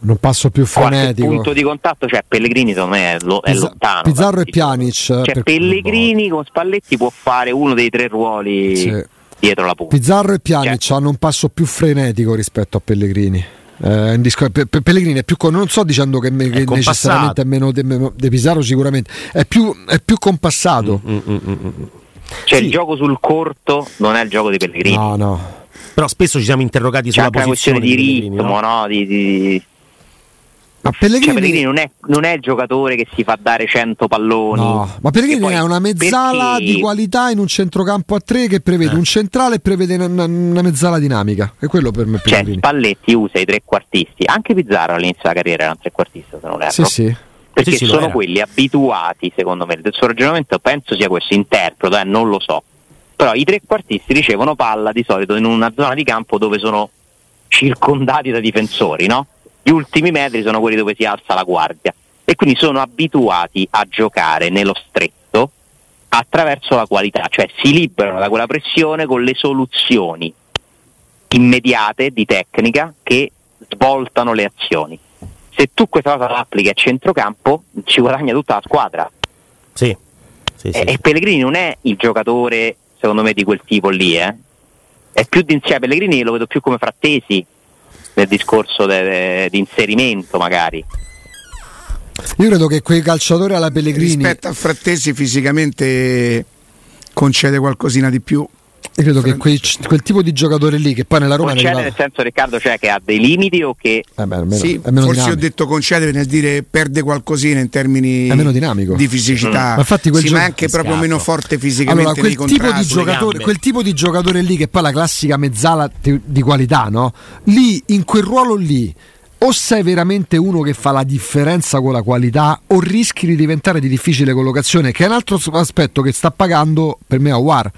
Speaker 4: Non passo più
Speaker 3: qualche
Speaker 4: fonetico.
Speaker 3: punto di contatto, cioè Pellegrini secondo me è, lo- è
Speaker 4: Pizza-
Speaker 3: lontano.
Speaker 4: Pizzarro e
Speaker 3: tantissimo.
Speaker 4: Pjanic. eh,
Speaker 3: Cioè
Speaker 4: per-
Speaker 3: Pellegrini con Spalletti può fare uno dei tre ruoli
Speaker 4: Sì.
Speaker 3: dietro la punta.
Speaker 4: Pizzarro e Pjanic hanno un passo più frenetico rispetto a Pellegrini. Eh, è indiscu- Pe- Pe- Pellegrini è più con- non sto dicendo che, me- che
Speaker 2: compassato.
Speaker 4: necessariamente è meno de, meno- De Pizzarro sicuramente è più, è più compassato
Speaker 2: Mm, mm, mm, mm.
Speaker 3: Cioè
Speaker 2: Sì.
Speaker 3: il gioco sul corto non è il gioco di Pellegrini.
Speaker 4: no no
Speaker 2: Però spesso ci siamo interrogati
Speaker 3: C'è
Speaker 2: sulla
Speaker 3: anche una
Speaker 2: posizione
Speaker 3: questione di
Speaker 2: Pellegrini, no?
Speaker 3: ritmo, no? Di- di-
Speaker 4: ma Pellegrini,
Speaker 3: Cioè, Pellegrini non è, non è il giocatore che si fa dare 100 palloni.
Speaker 4: no. Ma Pellegrini
Speaker 3: Che poi-
Speaker 4: è una mezzala
Speaker 3: perché-
Speaker 4: di qualità in un centrocampo a tre che prevede
Speaker 2: Eh.
Speaker 4: un centrale e prevede una, una mezzala dinamica e quello per me è
Speaker 3: Cioè,
Speaker 4: Pellegrini
Speaker 3: Spalletti usa i trequartisti, anche Pizzarro all'inizio della carriera era un trequartista, se non erro.
Speaker 4: sì sì
Speaker 3: Perché
Speaker 2: Sì, sì, lo
Speaker 3: sono
Speaker 2: era.
Speaker 3: quelli abituati, secondo me, del suo ragionamento penso sia questo, interpreto, eh, non lo so. Però i trequartisti ricevono palla di solito in una zona di campo dove sono circondati da difensori, no? Gli ultimi metri sono quelli dove si alza la guardia e quindi sono abituati a giocare nello stretto attraverso la qualità, cioè si liberano da quella pressione con le soluzioni immediate di tecnica che svoltano le azioni. Se tu questa cosa la applichi a centrocampo ci guadagna tutta la squadra eh.
Speaker 2: Sì. Sì, sì,
Speaker 3: e, e
Speaker 2: sì.
Speaker 3: Pellegrini non è il giocatore secondo me di quel tipo lì, eh. è più di cioè, Pellegrini lo vedo più come frattesi nel discorso de- de- di inserimento magari.
Speaker 4: io credo che quei calciatori alla Pellegrini
Speaker 1: rispetto a Frattesi fisicamente concede qualcosina di più
Speaker 4: io credo che quei- quel tipo di giocatore lì che poi nella Roma è
Speaker 3: Concede nel
Speaker 4: arrivato-
Speaker 3: senso Riccardo cioè che ha dei limiti o che
Speaker 4: Eh beh, almeno-
Speaker 1: Sì,
Speaker 4: è meno
Speaker 1: forse ho
Speaker 4: dinamico.
Speaker 1: detto concedere nel dire perde qualcosina in termini
Speaker 4: È meno dinamico.
Speaker 1: di fisicità,
Speaker 4: Ma infatti quel
Speaker 1: sì,
Speaker 4: gio-
Speaker 1: ma è anche proprio
Speaker 2: Scarso.
Speaker 1: meno forte fisicamente
Speaker 4: Allora, quel
Speaker 1: nei
Speaker 4: tipo, di
Speaker 1: contrasti. diciamo.
Speaker 4: giocatore,
Speaker 2: gambe.
Speaker 4: quel tipo di giocatore lì, che poi è la classica mezzala te- di qualità, no? Lì, in quel ruolo lì, o sei veramente uno che fa la differenza con la qualità, o rischi di diventare di difficile collocazione, che è un altro s- aspetto che sta pagando per me Awar.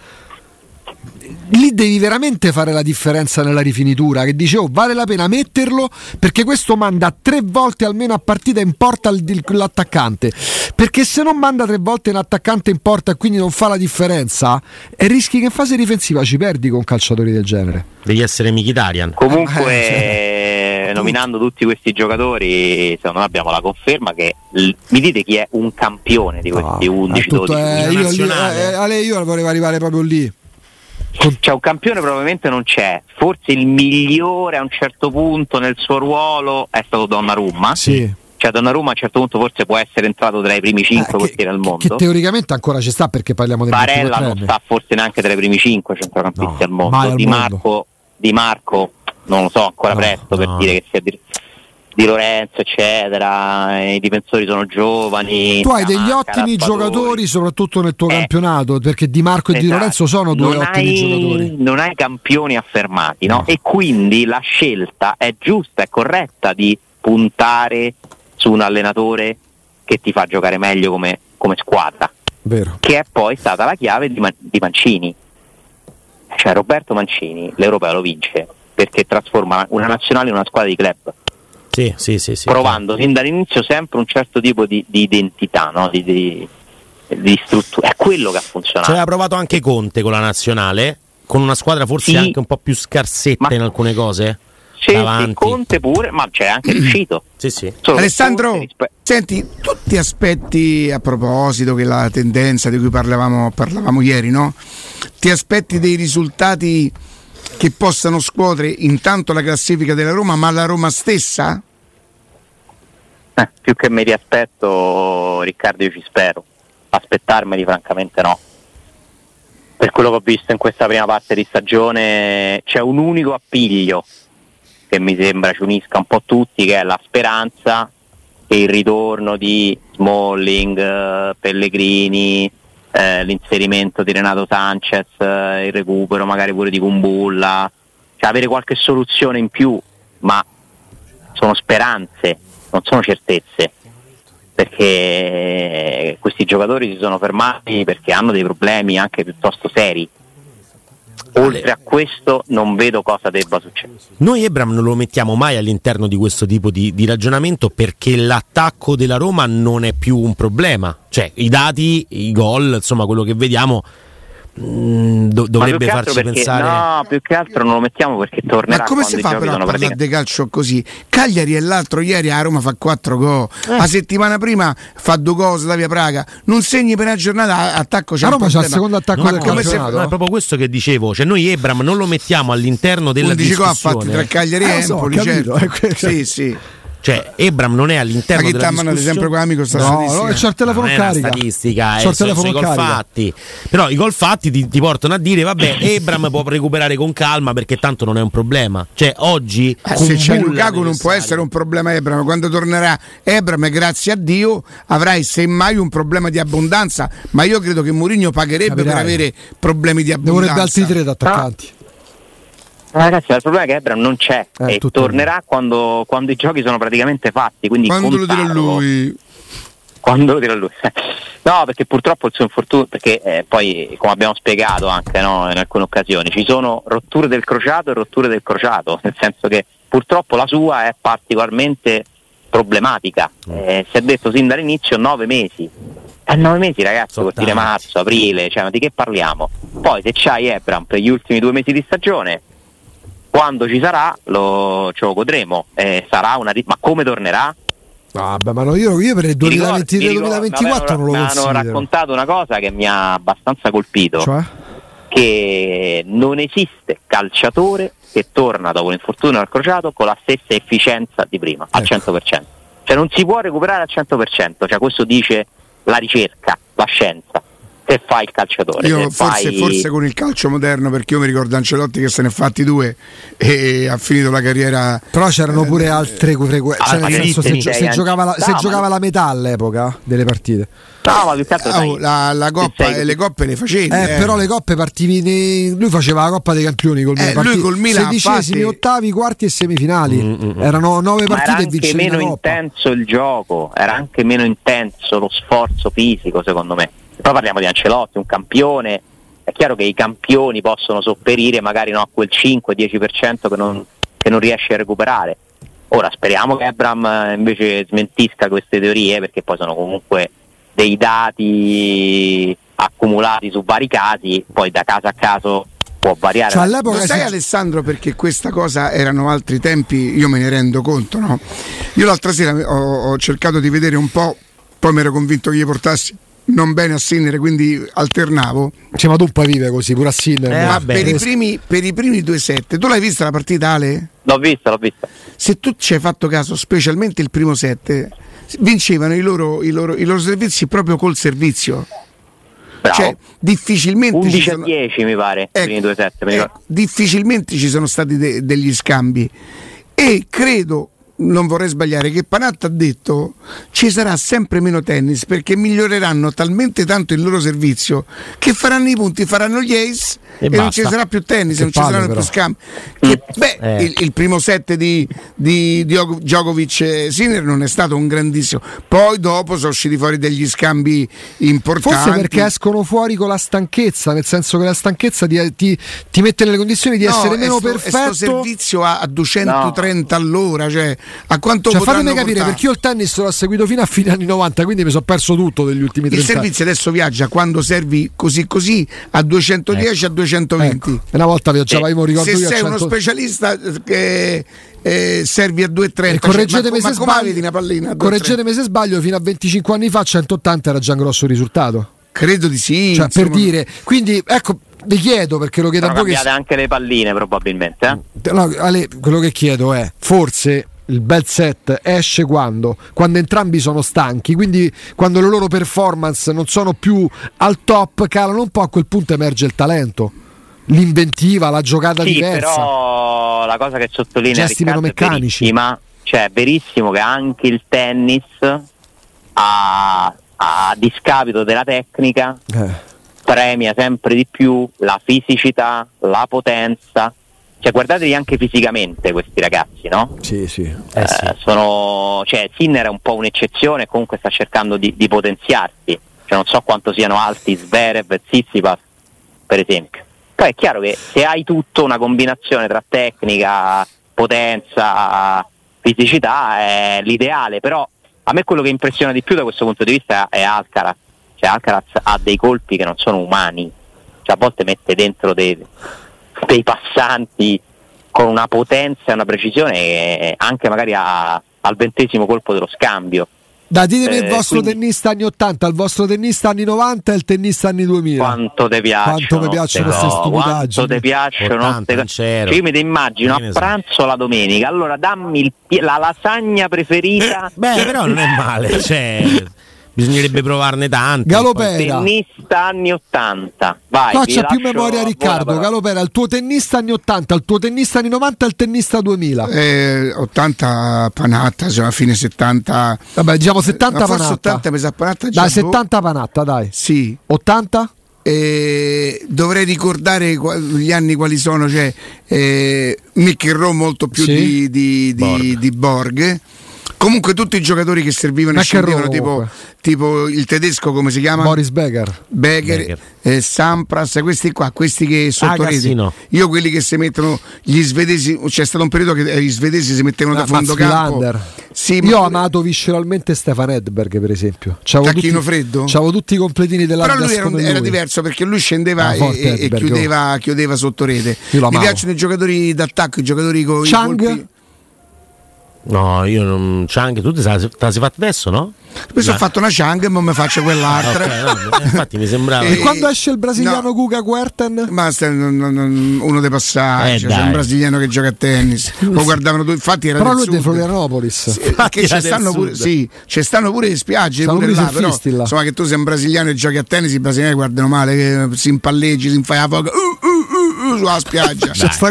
Speaker 4: Lì devi veramente fare la differenza nella rifinitura, che dice oh vale la pena metterlo perché questo manda tre volte almeno a partita in porta il- il- l'attaccante. Perché se non manda tre volte un attaccante in porta e quindi non fa la differenza, e rischi che in fase difensiva ci perdi con calciatori del genere.
Speaker 2: Devi essere Michitarian.
Speaker 3: Comunque,
Speaker 4: Eh, sì.
Speaker 3: nominando tutti questi giocatori, secondo me abbiamo la conferma che l- mi dite chi è un campione di questi
Speaker 4: No, è
Speaker 3: 11,
Speaker 4: tutto-
Speaker 3: 12.
Speaker 4: Ah, eh,
Speaker 2: una
Speaker 4: io, lì-
Speaker 2: nazionale.
Speaker 4: eh, Ale, io volevo arrivare proprio lì.
Speaker 3: Cioè, un campione probabilmente non c'è. Forse il migliore a un certo punto nel suo ruolo è stato Donnarumma.
Speaker 4: Sì.
Speaker 3: Cioè, Donnarumma a un certo punto forse può essere entrato tra i primi 5
Speaker 4: Eh,
Speaker 3: portieri al mondo.
Speaker 4: che teoricamente ancora ci sta perché parliamo del
Speaker 3: Barella non
Speaker 4: 24enne.
Speaker 3: sta forse neanche tra i primi 5 centrocampisti
Speaker 4: No,
Speaker 3: al mondo.
Speaker 4: mai al
Speaker 3: di,
Speaker 4: mondo.
Speaker 3: Marco, di Marco, non lo so, ancora
Speaker 2: No,
Speaker 3: presto per
Speaker 2: no.
Speaker 3: dire che sia di, di Lorenzo, eccetera. I difensori sono giovani.
Speaker 4: Tu hai degli
Speaker 3: Scamacca, Raspadori.
Speaker 4: ottimi giocatori, soprattutto nel tuo
Speaker 3: Eh.
Speaker 4: campionato, perché Di Marco e Di
Speaker 3: Esatto.
Speaker 4: Lorenzo sono due
Speaker 3: Non
Speaker 4: ottimi
Speaker 3: hai-
Speaker 4: giocatori.
Speaker 3: Non hai campioni affermati, no?
Speaker 4: No.
Speaker 3: E quindi la scelta è giusta, è corretta di puntare su un allenatore che ti fa giocare meglio come, come squadra,
Speaker 4: Vero.
Speaker 3: che è poi stata la chiave di, Man- di Mancini. Cioè Roberto Mancini l'europeo lo vince perché trasforma una nazionale in una squadra di club,
Speaker 2: Sì, sì, sì, sì.
Speaker 3: provando sin dall'inizio sempre un certo tipo di, di identità, no? di, di- di struttura. È quello che ha funzionato.
Speaker 2: Ci aveva provato anche Conte con la nazionale, con una squadra forse
Speaker 3: Sì.
Speaker 2: anche un po' più scarsetta
Speaker 3: Ma-
Speaker 2: in alcune cose.
Speaker 3: Sì,
Speaker 2: davanti.
Speaker 3: sì, Conte pure, ma c'è anche riuscito.
Speaker 2: Sì, sì.
Speaker 3: Solo che
Speaker 1: Alessandro,
Speaker 3: Conte rispe-
Speaker 1: senti, tu ti aspetti a proposito che la tendenza di cui parlavamo, parlavamo ieri, no? Ti aspetti dei risultati che possano scuotere intanto la classifica della Roma, ma la Roma stessa?
Speaker 3: Eh, più che mi riaspetto, Riccardo, io ci spero. Aspettarmeli, francamente, no. Per quello che ho visto in questa prima parte di stagione, c'è un unico appiglio che mi sembra ci unisca un po' tutti, che è la speranza e il ritorno di Smalling, eh, Pellegrini, eh, l'inserimento di Renato Sanchez, eh, il recupero magari pure di Kumbulla, cioè avere qualche soluzione in più, ma sono speranze, non sono certezze, perché questi giocatori si sono fermati perché hanno dei problemi anche piuttosto seri. Oltre a questo non vedo cosa debba succedere.
Speaker 2: Noi Ebram non lo mettiamo mai all'interno di questo tipo di, di ragionamento perché l'attacco della Roma non è più un problema. Cioè, i dati, i gol, insomma, quello che vediamo mh, do-
Speaker 3: Ma più
Speaker 2: dovrebbe
Speaker 3: che altro
Speaker 2: farci
Speaker 3: perché-
Speaker 2: pensare.
Speaker 3: No, più che altro non lo mettiamo perché tornerà
Speaker 1: Ma come
Speaker 3: quando
Speaker 1: si
Speaker 3: i
Speaker 1: fa
Speaker 3: giochi
Speaker 1: però a
Speaker 3: diciamo, sono
Speaker 1: parlare
Speaker 3: praticamente...
Speaker 1: di calcio così? Cagliari è l'altro ieri a Roma fa 4 gol, la settimana prima fa 2 gol Slavia Praga, non segni per una giornata, attacco c'è
Speaker 4: La
Speaker 1: un
Speaker 4: Roma c'ha il
Speaker 1: problema.
Speaker 4: secondo attacco
Speaker 2: No,
Speaker 4: del
Speaker 2: come se-
Speaker 4: campionato.
Speaker 2: no, è proprio questo che dicevo. Cioè, noi Ebram non lo mettiamo all'interno della
Speaker 1: 11 gol ha fatti tra
Speaker 2: discussione.
Speaker 1: Cagliari
Speaker 4: Eh,
Speaker 1: e
Speaker 4: lo so, ho
Speaker 1: Empoli,
Speaker 4: capito, eh,
Speaker 1: certo.
Speaker 4: que-
Speaker 1: Sì, sì.
Speaker 2: Cioè, Ebram non è all'interno
Speaker 1: Ma che
Speaker 2: della
Speaker 1: tammano ad esempio con
Speaker 2: discussione.
Speaker 1: amico sta
Speaker 4: No,
Speaker 1: statistica.
Speaker 4: no, c'è il telefono
Speaker 2: non è
Speaker 4: carica.
Speaker 2: una statistica, eh,
Speaker 4: C'è il
Speaker 2: sono- sono
Speaker 4: telefono
Speaker 2: i gol
Speaker 4: carica.
Speaker 2: fatti. Però i gol fatti ti, ti portano a dire: vabbè, Ebram può recuperare con calma perché tanto non è un problema. Cioè, oggi
Speaker 1: Eh,
Speaker 2: con
Speaker 1: se c'è
Speaker 2: Bulla
Speaker 1: Lukaku non può
Speaker 2: necessario.
Speaker 1: essere un problema Ebram quando tornerà Ebram grazie a Dio avrai semmai un problema di abbondanza ma io credo che Mourinho pagherebbe
Speaker 4: Capirai.
Speaker 1: per avere problemi di
Speaker 4: Ne vorrebbe altri
Speaker 1: abbondanza
Speaker 4: tre d'attaccanti.
Speaker 3: Ragazzi, ma il problema è che Ebram non c'è
Speaker 4: Eh,
Speaker 3: e
Speaker 4: tutto
Speaker 3: tornerà quando, quando i giochi sono praticamente fatti. Quindi
Speaker 1: quando lo dirà
Speaker 3: contarlo-
Speaker 1: lui
Speaker 3: Quando lo dirà lui? No, perché purtroppo il suo infortunio, perché eh, poi come abbiamo spiegato anche no, in alcune occasioni, ci sono rotture del crociato e rotture del crociato, nel senso che purtroppo la sua è particolarmente problematica. Eh, si è detto sin dall'inizio nove mesi. Eh, nove mesi ragazzi,
Speaker 2: Sono
Speaker 3: vuol dire
Speaker 2: tanti.
Speaker 3: marzo, aprile, cioè ma di che parliamo? Poi se c'hai Ebram per gli ultimi due mesi di stagione, quando ci sarà lo, ce lo godremo, Eh, sarà una ri- ma come tornerà?
Speaker 4: Vabbè, ma no, io, io per il
Speaker 3: Mi ricordo- mi
Speaker 4: 2023
Speaker 3: ricordo-
Speaker 4: 2024 non
Speaker 3: vabbè,
Speaker 4: lo
Speaker 3: mi
Speaker 4: considero.
Speaker 3: hanno raccontato una cosa che mi ha abbastanza colpito,
Speaker 4: Cioè?
Speaker 3: che non esiste calciatore che torna dopo l'infortunio al crociato con la stessa efficienza di prima, al
Speaker 4: Ecco.
Speaker 3: 100%. Cioè non si può recuperare al 100%, cioè questo dice la ricerca, la scienza, se fai il calciatore.
Speaker 1: io
Speaker 3: se
Speaker 1: forse,
Speaker 3: fai-
Speaker 1: forse con il calcio moderno perché io mi ricordo Ancelotti che se ne è fatti due e ha finito la carriera
Speaker 4: Però c'erano pure altre frequenze.
Speaker 3: Ah,
Speaker 4: Cioè, nel
Speaker 3: ma
Speaker 4: senso, se,
Speaker 3: ditemi,
Speaker 4: gio-
Speaker 3: sei
Speaker 4: se
Speaker 3: anche-
Speaker 4: giocava, la, se
Speaker 3: No, ma-
Speaker 4: giocava la metà all'epoca delle partite,
Speaker 3: No, ma più che altro sai,
Speaker 1: Oh, la, la
Speaker 3: se
Speaker 1: coppa,
Speaker 3: sei-
Speaker 1: le coppe le facevi
Speaker 4: eh,
Speaker 1: eh.
Speaker 4: però le coppe partivi. nei- Lui faceva la Coppa dei Campioni col
Speaker 1: Eh,
Speaker 4: Milan.
Speaker 1: lui
Speaker 4: partite-
Speaker 1: col Milan ha fatti-
Speaker 4: sedicesimi, ottavi, quarti e semifinali. Erano nove
Speaker 3: Ma era
Speaker 4: partite e
Speaker 3: anche
Speaker 4: vincevi
Speaker 3: meno
Speaker 4: la Coppa.
Speaker 3: intenso il gioco, era anche meno intenso lo sforzo fisico, secondo me. Poi parliamo di Ancelotti, un campione. È chiaro che i campioni possono sopperire magari no, a quel 5-10% che non, che non riesce a recuperare. Ora speriamo che Abram eh, invece smentisca queste teorie perché poi sono comunque dei dati accumulati su vari casi, poi da caso a caso può variare.
Speaker 1: Lo
Speaker 4: Cioè, all'epoca
Speaker 1: sai
Speaker 4: si-
Speaker 1: Alessandro perché questa cosa erano altri tempi, io me ne rendo conto, no? Io l'altra sera eh, ho, ho cercato di vedere un po', poi mi ero convinto che gli portassi non bene a Sinner, quindi alternavo.
Speaker 4: Cioè, ma tu poi vive così, pure a Sinner.
Speaker 2: Eh,
Speaker 4: no?
Speaker 1: ma
Speaker 2: vabbè.
Speaker 1: per i, primi, per i primi due set, tu l'hai vista la partita Ale?
Speaker 3: L'ho vista, l'ho vista.
Speaker 1: Se tu ci hai fatto caso, specialmente il primo set, vincevano i loro, i loro- i loro servizi proprio col servizio.
Speaker 3: Bravo.
Speaker 1: Cioè, difficilmente ci
Speaker 3: 11 a
Speaker 1: sono-
Speaker 3: 10 mi pare, i
Speaker 1: Ecco,
Speaker 3: primi due set, mi
Speaker 1: eh,
Speaker 3: ricordo.
Speaker 1: difficilmente ci sono stati de- degli scambi e credo non vorrei sbagliare, che Panatta ha detto ci sarà sempre meno tennis perché miglioreranno talmente tanto il loro servizio che faranno i punti, faranno gli ace
Speaker 2: E
Speaker 1: e, non
Speaker 2: basta.
Speaker 1: ci sarà più tennis,
Speaker 4: Che
Speaker 1: non ci
Speaker 4: palle,
Speaker 1: saranno
Speaker 4: però.
Speaker 1: più scambi. Che, beh,
Speaker 2: Eh.
Speaker 1: il, il primo set di, di, di Og- Djokovic e Sinner non è stato un grandissimo. Poi dopo sono usciti fuori degli scambi importanti.
Speaker 4: Forse perché escono fuori con la stanchezza, nel senso che la stanchezza ti, ti- ti mette nelle condizioni di
Speaker 1: No,
Speaker 4: essere
Speaker 1: è
Speaker 4: meno
Speaker 1: sto- è sto
Speaker 4: perfetto.
Speaker 1: servizio a, a 230 all'ora, cioè a quanto
Speaker 4: Cioè,
Speaker 1: potranno
Speaker 4: fatemi capire,
Speaker 1: portare?
Speaker 4: perché io il tennis l'ho seguito fino a fine anni 90, quindi mi sono perso tutto degli ultimi
Speaker 1: Il
Speaker 4: 30 anni.
Speaker 1: servizio adesso viaggia quando servi così così a 210 a 220.
Speaker 4: Ecco, una volta viaggiava, io me lo ricordo
Speaker 1: Eh, Se
Speaker 4: io a
Speaker 1: sei uno
Speaker 4: 100
Speaker 1: specialista eh, che eh, servi a 230,
Speaker 4: E
Speaker 1: cioè,
Speaker 4: correggetemi
Speaker 1: ma,
Speaker 4: se
Speaker 1: ma come
Speaker 4: sbaglio,
Speaker 1: avvedi una pallina? a 2,30?
Speaker 4: correggetemi se sbaglio, fino a 25 anni fa 180 era già un grosso risultato.
Speaker 1: Credo di sì,
Speaker 4: Cioè,
Speaker 1: insomma.
Speaker 4: per dire, quindi ecco, vi chiedo perché lo chiedo
Speaker 3: Sono
Speaker 4: a voi che
Speaker 3: cambiate anche le palline probabilmente. eh.
Speaker 4: No, Ale, quello che chiedo è forse il bel set esce quando? Quando entrambi sono stanchi, quindi quando le loro performance non sono più al top, calano un po', a quel punto emerge il talento, l'inventiva, la giocata
Speaker 3: Sì,
Speaker 4: diversa.
Speaker 3: però la cosa che sottolinea
Speaker 4: Gesti
Speaker 3: Riccardo è
Speaker 4: meccanici.
Speaker 3: verissima, cioè è verissimo che anche il tennis a, a discapito della tecnica
Speaker 4: Eh,
Speaker 3: premia sempre di più la fisicità, la potenza. Cioè guardatevi anche fisicamente questi ragazzi, no?
Speaker 4: sì, sì.
Speaker 2: Eh sì.
Speaker 3: Eh, sono, cioè, Sinner è un po' un'eccezione e comunque sta cercando di, di potenziarsi. Cioè, non so quanto siano alti Zverev e Tsitsipas, per esempio. Poi è chiaro che se hai tutto una combinazione tra tecnica, potenza, fisicità è l'ideale, però a me quello che impressiona di più da questo punto di vista è Alcaraz. Cioè Alcaraz ha dei colpi che non sono umani, cioè a volte mette dentro dei, dei passanti con una potenza e una precisione che anche magari a- al ventesimo colpo dello scambio.
Speaker 4: Dai, ditemi il
Speaker 3: Eh,
Speaker 4: vostro
Speaker 3: quindi-
Speaker 4: tennista anni 80, il vostro tennista anni 90 e il tennista anni 2000.
Speaker 3: Quanto ti piacciono?
Speaker 4: Quanto mi piacciono
Speaker 3: ste
Speaker 4: queste
Speaker 3: cose,
Speaker 4: stupidaggini.
Speaker 3: Quanto ti piacciono?
Speaker 2: 80,
Speaker 3: ste cose.
Speaker 2: Ancero.
Speaker 3: Cioè, io mi ti immagino
Speaker 2: Che ne
Speaker 3: a
Speaker 2: so.
Speaker 3: pranzo la domenica. Allora dammi il pi- la lasagna preferita.
Speaker 2: Eh, Beh, però non è male, cioè, bisognerebbe provarne tante.
Speaker 4: Galopera.
Speaker 3: Tennista anni 80. Vai.
Speaker 4: Qua
Speaker 3: vi
Speaker 4: c'ha più
Speaker 3: lascio a
Speaker 4: memoria
Speaker 3: voi la
Speaker 4: Riccardo,
Speaker 3: parola.
Speaker 4: Galopera, il tuo tennista anni 80, il tuo tennista anni 90 e il tennista 2000.
Speaker 1: Eh, 80 panatta, cioè alla fine 70.
Speaker 4: Vabbè, diciamo 70
Speaker 1: Eh, Ma forse
Speaker 4: panatta.
Speaker 1: 80 mi sa panatta. già,
Speaker 4: Dai,
Speaker 1: boh.
Speaker 4: 70 panatta, dai.
Speaker 1: Sì,
Speaker 4: 80?
Speaker 1: Eh, dovrei ricordare qua- gli anni quali sono, cioè eh, Mickey Rowe molto più
Speaker 4: Sì.
Speaker 1: di, di- di-
Speaker 2: Borg.
Speaker 1: di Borg. Comunque tutti i giocatori che servivano e
Speaker 4: McEnroe
Speaker 1: scendevano, tipo,
Speaker 4: comunque.
Speaker 1: tipo il tedesco come si chiama?
Speaker 4: Boris Becker.
Speaker 1: Becker,
Speaker 2: Becker.
Speaker 1: eh, Sampras, questi qua, questi che sotto
Speaker 2: Agassi
Speaker 1: rete.
Speaker 2: no.
Speaker 1: Io quelli che si mettono gli svedesi, c'è stato un periodo che eh, gli svedesi si mettevano da
Speaker 4: Ah,
Speaker 1: fondo
Speaker 4: Mats
Speaker 1: campo.
Speaker 4: Wilander.
Speaker 1: Sì,
Speaker 4: Io ho
Speaker 1: ma-
Speaker 4: amato visceralmente Stefan Edberg, per esempio. C'avevo
Speaker 1: Tacchino
Speaker 4: tutti,
Speaker 1: freddo?
Speaker 4: c'avevo tutti i completini della
Speaker 1: Però lui era, un- era diverso perché lui scendeva
Speaker 4: Ah,
Speaker 1: e-
Speaker 4: forte
Speaker 1: e, e
Speaker 4: Edberg,
Speaker 1: chiudeva, chiudeva sotto rete.
Speaker 4: Io lo
Speaker 1: Mi
Speaker 4: amavo.
Speaker 1: piacciono i giocatori d'attacco, i giocatori con
Speaker 4: Chang?
Speaker 1: i colpi.
Speaker 2: No, io non. C'è anche tu te la, te la sei fatta adesso, no?
Speaker 1: Questo ho
Speaker 2: Ma-
Speaker 1: fatto una Chang, ma mi faccio
Speaker 2: Ah,
Speaker 1: quell'altra.
Speaker 2: ok, no, eh, infatti mi sembrava.
Speaker 4: E
Speaker 1: Eh,
Speaker 4: quando esce il brasiliano
Speaker 1: no.
Speaker 4: Guga Guerten?
Speaker 1: Ma sta- non- non- non- uno dei
Speaker 2: Eh,
Speaker 1: passaggi, c'è
Speaker 2: dai.
Speaker 1: un brasiliano che gioca a tennis. Lo guardavano tutti, infatti era
Speaker 4: Però
Speaker 1: del
Speaker 4: lui è
Speaker 1: sud.
Speaker 4: di Florianopolis.
Speaker 1: Sì, perché
Speaker 2: era
Speaker 1: ci
Speaker 2: del
Speaker 1: stanno, pure,
Speaker 2: sud.
Speaker 1: sì, ci stanno pure le spiagge
Speaker 4: Stanno
Speaker 1: pure
Speaker 4: pure i
Speaker 1: là, però,
Speaker 4: surfisti là.
Speaker 1: insomma che tu sei un brasiliano e giochi a tennis i brasiliani guardano male che si impalleggi si infai la foca uh, uh, uh, uh, sulla spiaggia
Speaker 4: C'è sta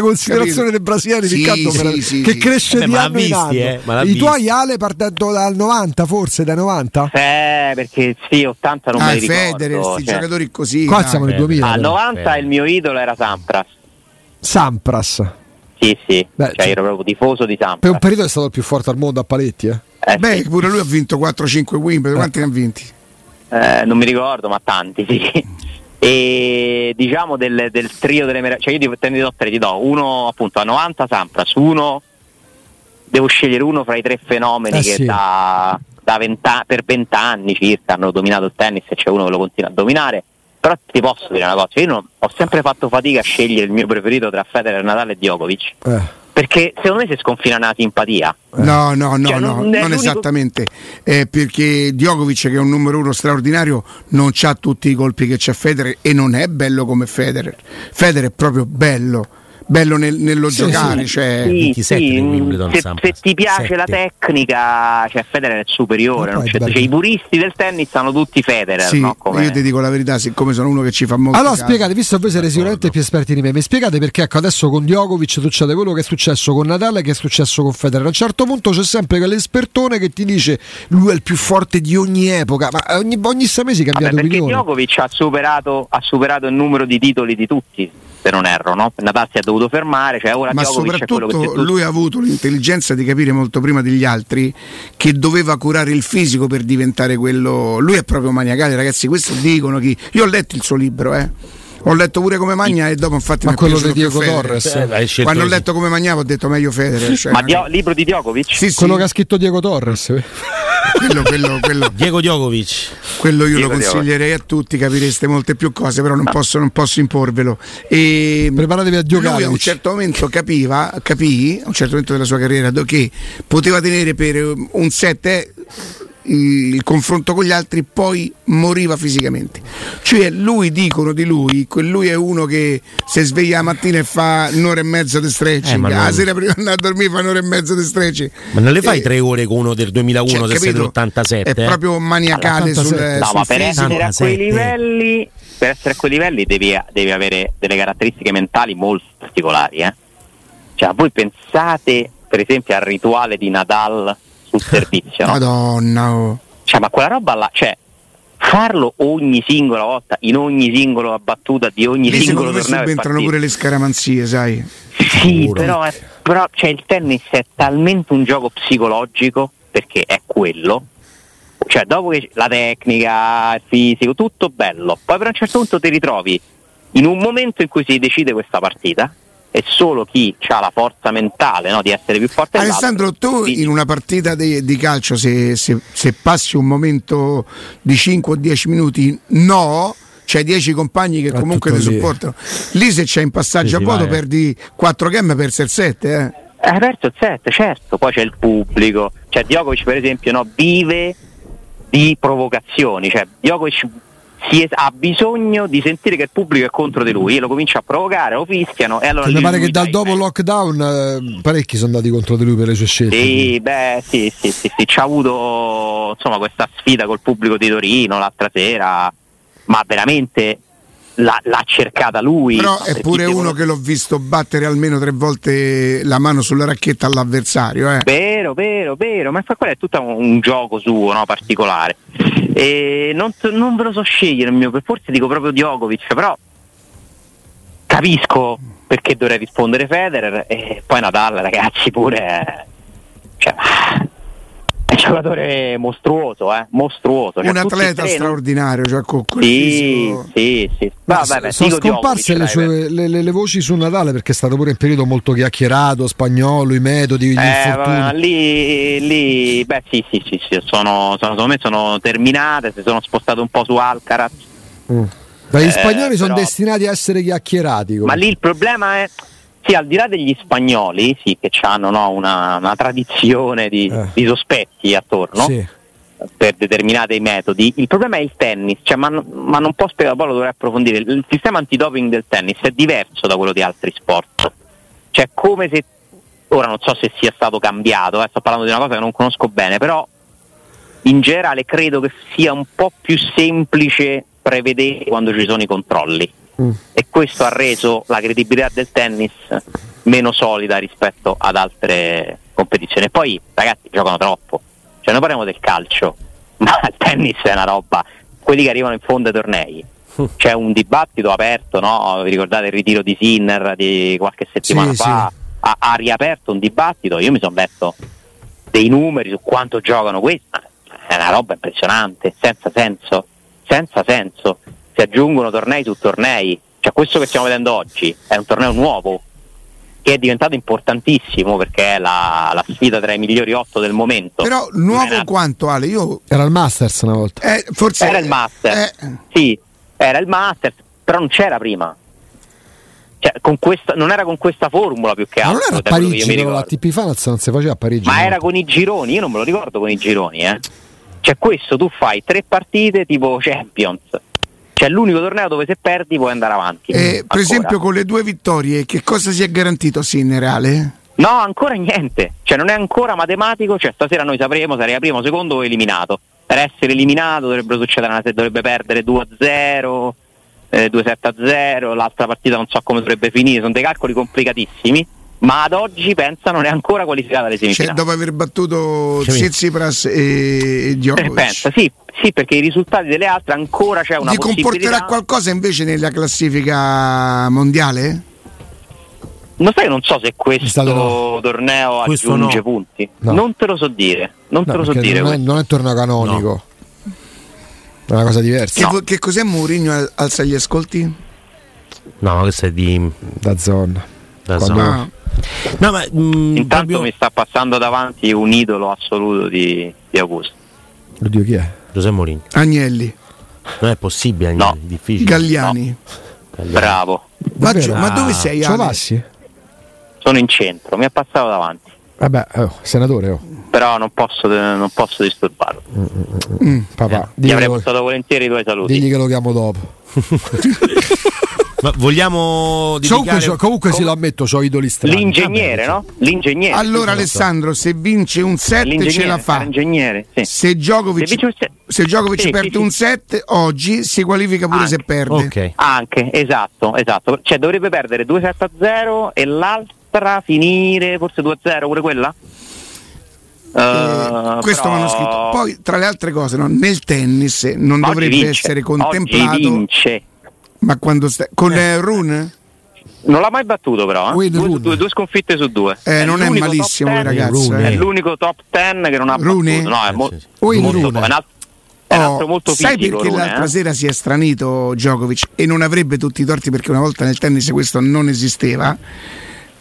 Speaker 1: Capito?
Speaker 4: considerazione dei brasiliani
Speaker 1: Sì,
Speaker 4: Riccardo,
Speaker 1: sì,
Speaker 4: per-
Speaker 1: sì,
Speaker 4: che
Speaker 1: sì.
Speaker 4: cresce
Speaker 2: Vabbè,
Speaker 4: di
Speaker 2: ma l'ha
Speaker 4: anno in
Speaker 2: visti,
Speaker 4: anno.
Speaker 2: eh, ma l'ha
Speaker 4: I
Speaker 2: visti.
Speaker 4: tuoi Ale partendo dal 90, forse dai 90?
Speaker 3: Eh, perché sì, 80 non
Speaker 1: Ah,
Speaker 3: me li
Speaker 1: Federer,
Speaker 3: ricordo.
Speaker 1: questi
Speaker 3: cioè.
Speaker 1: giocatori così
Speaker 4: Qua
Speaker 1: dai.
Speaker 4: siamo nel
Speaker 2: eh,
Speaker 4: 2000.
Speaker 3: A
Speaker 4: però.
Speaker 3: 90 il mio idolo era Sampras.
Speaker 4: Sampras.
Speaker 3: Sì, sì.
Speaker 4: Beh,
Speaker 3: cioè,
Speaker 4: sì.
Speaker 3: ero proprio tifoso di
Speaker 4: Per un
Speaker 3: Sampras.
Speaker 4: periodo è stato il più forte al mondo a paletti, eh.
Speaker 3: Eh,
Speaker 1: Beh,
Speaker 3: sì.
Speaker 1: pure lui ha vinto 4-5 Wimbledon, quanti ne ha vinti?
Speaker 3: Eh, non mi ricordo, ma tanti, sì. E diciamo del, del trio delle meraviglie, cioè io ti- te ne do tre, ti do uno appunto a 90 Sampras, uno devo scegliere uno fra i tre fenomeni
Speaker 4: Eh,
Speaker 3: che
Speaker 4: sì.
Speaker 3: da, da venta- per vent'anni circa hanno dominato il tennis e c'è uno che lo continua a dominare. Però ti posso dire una cosa, io non- ho sempre fatto fatica a scegliere il mio preferito tra Federer, Natale e Djokovic,
Speaker 4: Eh.
Speaker 3: perché secondo me si sconfina una simpatia.
Speaker 1: No, no, no,
Speaker 3: Cioè,
Speaker 1: no,
Speaker 3: non
Speaker 1: non,
Speaker 3: è l'unico-
Speaker 1: esattamente. Eh, perché Djokovic, che è un numero uno straordinario, non ha tutti i colpi che c'ha Federer e non è bello come Federer. Federer è proprio bello. bello nel- nello giocare. Cioè,
Speaker 3: Sì,
Speaker 2: 27
Speaker 3: sì, mm,
Speaker 2: di Wimbledon,
Speaker 3: se,
Speaker 2: Sampras.
Speaker 3: se ti piace la
Speaker 2: Sette.
Speaker 3: tecnica, cioè Federer è superiore.
Speaker 4: Ma
Speaker 3: non
Speaker 4: poi
Speaker 3: c'è-
Speaker 4: dai.
Speaker 3: cioè, I puristi del tennis hanno tutti Federer.
Speaker 1: sì,
Speaker 3: no? Come-
Speaker 1: io ti dico la verità, siccome sono uno che ci fa molto.
Speaker 4: Allora
Speaker 1: caso.
Speaker 4: spiegate, visto che voi siete sicuramente più esperti di me, mi spiegate perché ecco, adesso con Djokovic succede quello che è successo con Natale, che è successo con Federer. A un certo punto c'è sempre quell'espertone che ti dice lui è il più forte di ogni epoca, ma ogni, ogni sei mesi cambia
Speaker 3: Vabbè, perché
Speaker 4: opinione.
Speaker 3: Djokovic ha superato, ha superato il numero di titoli di tutti, se non erro, no? Nadal si è dovuto fermare, cioè ora
Speaker 1: Ma
Speaker 3: Djokovic è quello che c'è
Speaker 1: soprattutto
Speaker 3: tutto.
Speaker 1: lui ha avuto l'intelligenza di capire molto prima degli altri che doveva curare il fisico per diventare quello. Lui è proprio maniacale, ragazzi. Questo dicono chi. Io ho letto il suo libro, eh. Ho letto pure come magna e dopo infatti
Speaker 4: Ma
Speaker 1: mi è
Speaker 4: quello di
Speaker 1: piaciuto più
Speaker 4: Diego
Speaker 1: Federer.
Speaker 4: Torres.
Speaker 2: Eh, l'hai scelto
Speaker 1: Quando ho
Speaker 2: così.
Speaker 1: letto come magnava ho detto meglio Federer. Cioè,
Speaker 3: Ma Dio- libro di Djokovic?
Speaker 1: Sì, sì,
Speaker 4: Quello che ha scritto Diego Torres.
Speaker 1: quello, quello, quello,
Speaker 2: Diego Djokovic.
Speaker 1: quello io lo
Speaker 3: Diego Torres.
Speaker 1: consiglierei a tutti, capireste molte più cose, però non posso, non posso imporvelo. E
Speaker 4: Preparatevi a
Speaker 1: Lui
Speaker 4: giocare.
Speaker 1: a un certo momento capiva, capì, a un certo momento della sua carriera, do- che poteva tenere per eh, un set eh, il confronto con gli altri, poi moriva fisicamente. Cioè lui, dicono di lui, quel lui è uno che si sveglia la mattina e fa un'ora e mezza di
Speaker 2: Eh,
Speaker 1: stretching,
Speaker 2: ma
Speaker 1: la
Speaker 2: non-
Speaker 1: sera prima di andare a dormire fa un'ora e mezza di stretching.
Speaker 2: Ma non le fai
Speaker 1: Eh,
Speaker 2: tre ore con uno del 2001,
Speaker 1: cioè,
Speaker 2: se sei eh?
Speaker 1: capito?
Speaker 2: dell'87?
Speaker 1: È proprio maniacale sul,
Speaker 4: All'87.
Speaker 3: No,
Speaker 1: Eh, sul
Speaker 3: ma
Speaker 1: fisico.
Speaker 3: per essere a quei
Speaker 2: 97.
Speaker 3: livelli, per essere a quei livelli devi, devi avere delle caratteristiche mentali molto particolari. eh. Cioè, voi pensate per esempio al rituale di Nadal sul servizio, no?
Speaker 1: Madonna, oh.
Speaker 3: Cioè, ma quella roba là, cioè, farlo ogni singola volta, in ogni singola battuta di ogni
Speaker 1: lì
Speaker 3: singolo
Speaker 1: secondo me
Speaker 3: torneo. Esatto. e
Speaker 1: subentrano
Speaker 3: partita.
Speaker 1: pure le scaramanzie, sai?
Speaker 3: Sì,
Speaker 2: Sicuro.
Speaker 3: però, è- però, cioè, il tennis è talmente un gioco psicologico perché è quello. Cioè, dopo che la tecnica, il fisico, tutto bello, poi per un certo punto ti ritrovi in un momento in cui si decide questa partita e solo chi ha la forza mentale no, di essere più forte dell'altro
Speaker 1: Alessandro, tu
Speaker 3: vince.
Speaker 1: in una partita di, di calcio, se, se- se passi un momento di 5 o 10 minuti, no, c'hai 10 compagni che
Speaker 5: È
Speaker 1: comunque ti
Speaker 5: tutto lì.
Speaker 1: supportano. Lì se c'è in passaggio
Speaker 2: Sì,
Speaker 1: a
Speaker 2: sì,
Speaker 1: vuoto,
Speaker 2: vai, eh.
Speaker 1: perdi 4 game e persi il 7. Eh.
Speaker 3: Hai perso il set, certo, poi c'è il pubblico, cioè Djokovic per esempio no, vive di provocazioni, cioè Djokovic si es- ha bisogno di sentire che il pubblico è contro di lui, e lo comincia a provocare, lo fischiano e allora...
Speaker 4: Mi
Speaker 3: lì
Speaker 4: pare
Speaker 3: lui
Speaker 4: che dal
Speaker 3: dai-
Speaker 4: dopo lockdown eh, parecchi sono andati contro di lui per le sue scelte.
Speaker 3: Sì, beh, sì, sì, sì, sì, c'ha avuto insomma questa sfida col pubblico di Torino l'altra sera, ma veramente l'ha, l'ha cercata lui. Cioè,
Speaker 1: Però
Speaker 3: Ma
Speaker 1: è
Speaker 3: perché
Speaker 1: pure
Speaker 3: devono-
Speaker 1: uno che l'ho visto battere almeno tre volte la mano sulla racchetta all'avversario. Eh.
Speaker 3: Vero, vero, vero, ma fa- quello è tutto un, un gioco suo, no? particolare. E non, so- non ve lo so scegliere il mio, per- forse dico proprio Djokovic, però capisco perché dovrei rispondere Federer e poi Nadal, ragazzi, pure è- cioè, è un giocatore mostruoso, eh? mostruoso. Cioè,
Speaker 1: un
Speaker 3: tutti e
Speaker 1: atleta
Speaker 3: tre, no?
Speaker 1: straordinario, cioè con quel
Speaker 3: Sì,
Speaker 1: fisico.
Speaker 3: sì, sì.
Speaker 4: Ma
Speaker 3: Vabbè, beh,
Speaker 4: sono
Speaker 3: dico Djokovic,
Speaker 4: scomparse
Speaker 3: dai,
Speaker 4: le,
Speaker 3: per-
Speaker 4: sue- le- le- le voci su Natale perché è stato pure un periodo molto chiacchierato, spagnolo, i metodi, gli
Speaker 3: Eh,
Speaker 4: infortuni.
Speaker 3: ma lì, lì- beh sì sì sì, sì, sono, sono, secondo me sono terminate, si sono spostate un po' su Alcaraz,
Speaker 4: Ma gli
Speaker 3: Eh,
Speaker 4: spagnoli sono
Speaker 3: però-
Speaker 4: destinati a essere chiacchierati.
Speaker 3: ma
Speaker 4: come-
Speaker 3: lì il problema è, sì al di là degli spagnoli, sì che hanno no, una, una tradizione di,
Speaker 5: Eh.
Speaker 3: di sospetti attorno
Speaker 5: Sì.
Speaker 3: per determinati metodi, il problema è il tennis, cioè, ma, non- ma non posso spiegare, poi lo dovrei approfondire, il sistema antidoping del tennis è diverso da quello di altri sport, cioè come se, ora non so se sia stato cambiato, eh, sto parlando di una cosa che non conosco bene, però in generale credo che sia un po' più semplice prevedere quando ci sono i controlli
Speaker 4: Mm.
Speaker 3: e questo ha reso la credibilità del tennis meno solida rispetto ad altre competizioni. E Poi ragazzi giocano troppo, cioè noi parliamo del calcio, ma il tennis è una roba, quelli che arrivano in fondo ai tornei. C'è un dibattito aperto, no? vi ricordate il ritiro di Sinner di qualche settimana
Speaker 4: Sì,
Speaker 3: fa? Ha, ha riaperto un dibattito, io mi sono letto dei numeri su quanto giocano questi, ma è una roba impressionante, senza senso, senza senso, si aggiungono tornei su tornei, cioè questo che stiamo vedendo oggi è un torneo nuovo che è diventato importantissimo perché è la, la sfida tra i migliori otto del momento.
Speaker 1: Però
Speaker 3: Non era-
Speaker 1: nuovo quanto Ale? Io
Speaker 4: Era il Masters una volta.
Speaker 1: eh, forse
Speaker 3: era il master,
Speaker 1: eh,
Speaker 3: sì, era il master, però non c'era prima. Cioè, con questa, non era con questa formula più che
Speaker 4: Ma non
Speaker 3: altro.
Speaker 4: era a
Speaker 3: da quello che io
Speaker 4: Parigi,
Speaker 3: mi
Speaker 4: però la
Speaker 3: ricordo.
Speaker 4: TP Finals non si faceva a Parigi.
Speaker 3: Ma
Speaker 4: no?
Speaker 3: era con i gironi, io non me lo ricordo con i gironi, eh. Cioè questo tu fai tre partite tipo Champions C'è l'unico torneo dove se perdi puoi andare avanti.
Speaker 1: Eh, per
Speaker 3: Ancora.
Speaker 1: esempio, con le due vittorie, che cosa si è garantito Sinnerale?
Speaker 3: No, ancora niente, cioè non è ancora matematico, cioè stasera noi sapremo se arriva primo, secondo o eliminato. Per essere eliminato dovrebbero succedere una se dovrebbe perdere 2-0, eh, 2-7-0, l'altra partita non so come dovrebbe finire, sono dei calcoli complicatissimi, ma ad oggi pensa non è ancora qualificata alle
Speaker 1: Cioè,
Speaker 3: semifinali.
Speaker 1: dopo aver battuto
Speaker 2: Sì.
Speaker 1: Tsipras e e
Speaker 3: Eh, pensa,
Speaker 1: Djokovic,
Speaker 3: sì, sì, perché i risultati delle altre ancora c'è una
Speaker 1: gli comporterà
Speaker 3: possibilità.
Speaker 1: qualcosa invece nella classifica mondiale?
Speaker 3: Non sai, non so se questo
Speaker 4: Stato no.
Speaker 3: torneo
Speaker 2: Questo
Speaker 3: aggiunge
Speaker 2: no.
Speaker 3: punti.
Speaker 4: No.
Speaker 3: Non te lo so dire, non
Speaker 4: No,
Speaker 3: te lo so
Speaker 4: perché
Speaker 3: dire.
Speaker 4: non, è,
Speaker 3: questo.
Speaker 4: non è torneo canonico. È una cosa diversa.
Speaker 1: Che, vo- che cos'è Mourinho al- alza gli ascolti?
Speaker 2: No, questo è di.
Speaker 4: Da zona.
Speaker 2: da
Speaker 4: Quando-
Speaker 2: zona.
Speaker 1: Ah,
Speaker 2: No, ma, mm,
Speaker 3: Intanto
Speaker 2: Fabio-
Speaker 3: mi sta passando davanti un idolo assoluto di, di Augusto.
Speaker 4: Oddio, chi è?
Speaker 2: Giuseppe Mourinho.
Speaker 1: Agnelli,
Speaker 2: Non è possibile,
Speaker 3: No.
Speaker 2: Agnelli, difficile.
Speaker 1: Galliani.
Speaker 2: Galliani.
Speaker 3: Bravo,
Speaker 1: Ma,
Speaker 4: Davvero?
Speaker 1: Gio- ma dove
Speaker 2: Ah,
Speaker 1: sei? Ale?
Speaker 4: Cialassi?
Speaker 3: sono in centro, mi è passato davanti,
Speaker 4: Vabbè, oh, senatore, oh,
Speaker 3: però non posso, non posso disturbarlo.
Speaker 4: papà,
Speaker 3: Ti
Speaker 4: digli,
Speaker 3: avrei
Speaker 4: che lo,
Speaker 3: portato volentieri i tuoi saluti.
Speaker 4: digli che lo chiamo dopo.
Speaker 2: Ma vogliamo
Speaker 4: Comunque,
Speaker 2: dedicare...
Speaker 4: c'ho- comunque sì, lo ammetto, ho idoli strani.
Speaker 3: L'ingegnere, no? L'ingegnere.
Speaker 1: Allora, Alessandro, se vince un 7
Speaker 3: L'ingegnere,
Speaker 1: ce la fa.
Speaker 3: L'ingegnere, sì.
Speaker 1: Se Djokovic,
Speaker 3: Se vince un set-
Speaker 1: se Djokovic
Speaker 3: Sì,
Speaker 1: perde
Speaker 3: sì,
Speaker 1: un
Speaker 3: sì.
Speaker 1: 7 oggi si qualifica pure se
Speaker 3: Anche.
Speaker 1: perde. Eh,
Speaker 2: Ok. Eh,
Speaker 3: Anche, esatto, esatto. Cioè dovrebbe perdere 2-7-0 e l'altra finire forse 2-0, pure quella?
Speaker 1: Eh, questo mi hanno scritto. Poi, tra le altre cose, no, nel tennis eh, non dovrebbe essere
Speaker 3: Oggi
Speaker 1: contemplato,
Speaker 3: vince.
Speaker 1: ma quando sta- con eh, Rune?
Speaker 3: Non l'ha mai battuto però, eh?
Speaker 4: Win
Speaker 3: due, su
Speaker 4: Rune.
Speaker 3: due, due sconfitte su due.
Speaker 1: Eh, non è
Speaker 3: l'unico
Speaker 1: malissimo,
Speaker 3: top
Speaker 1: eh,
Speaker 3: 10,
Speaker 1: ragazzi.
Speaker 2: Rune.
Speaker 1: eh.
Speaker 3: È l'unico top 10 che non ha
Speaker 1: Rune?
Speaker 3: battuto. No, è, mo-
Speaker 2: Eh, sì, sì.
Speaker 4: Win
Speaker 3: molto po-
Speaker 4: Rune.
Speaker 3: è un alt- è un
Speaker 1: Oh,
Speaker 3: altro molto
Speaker 1: sai
Speaker 3: fisico
Speaker 1: perché
Speaker 3: Rune,
Speaker 1: l'altra
Speaker 3: eh?
Speaker 1: sera si è stranito Djokovic e non avrebbe tutti i torti perché una volta nel tennis questo non esisteva?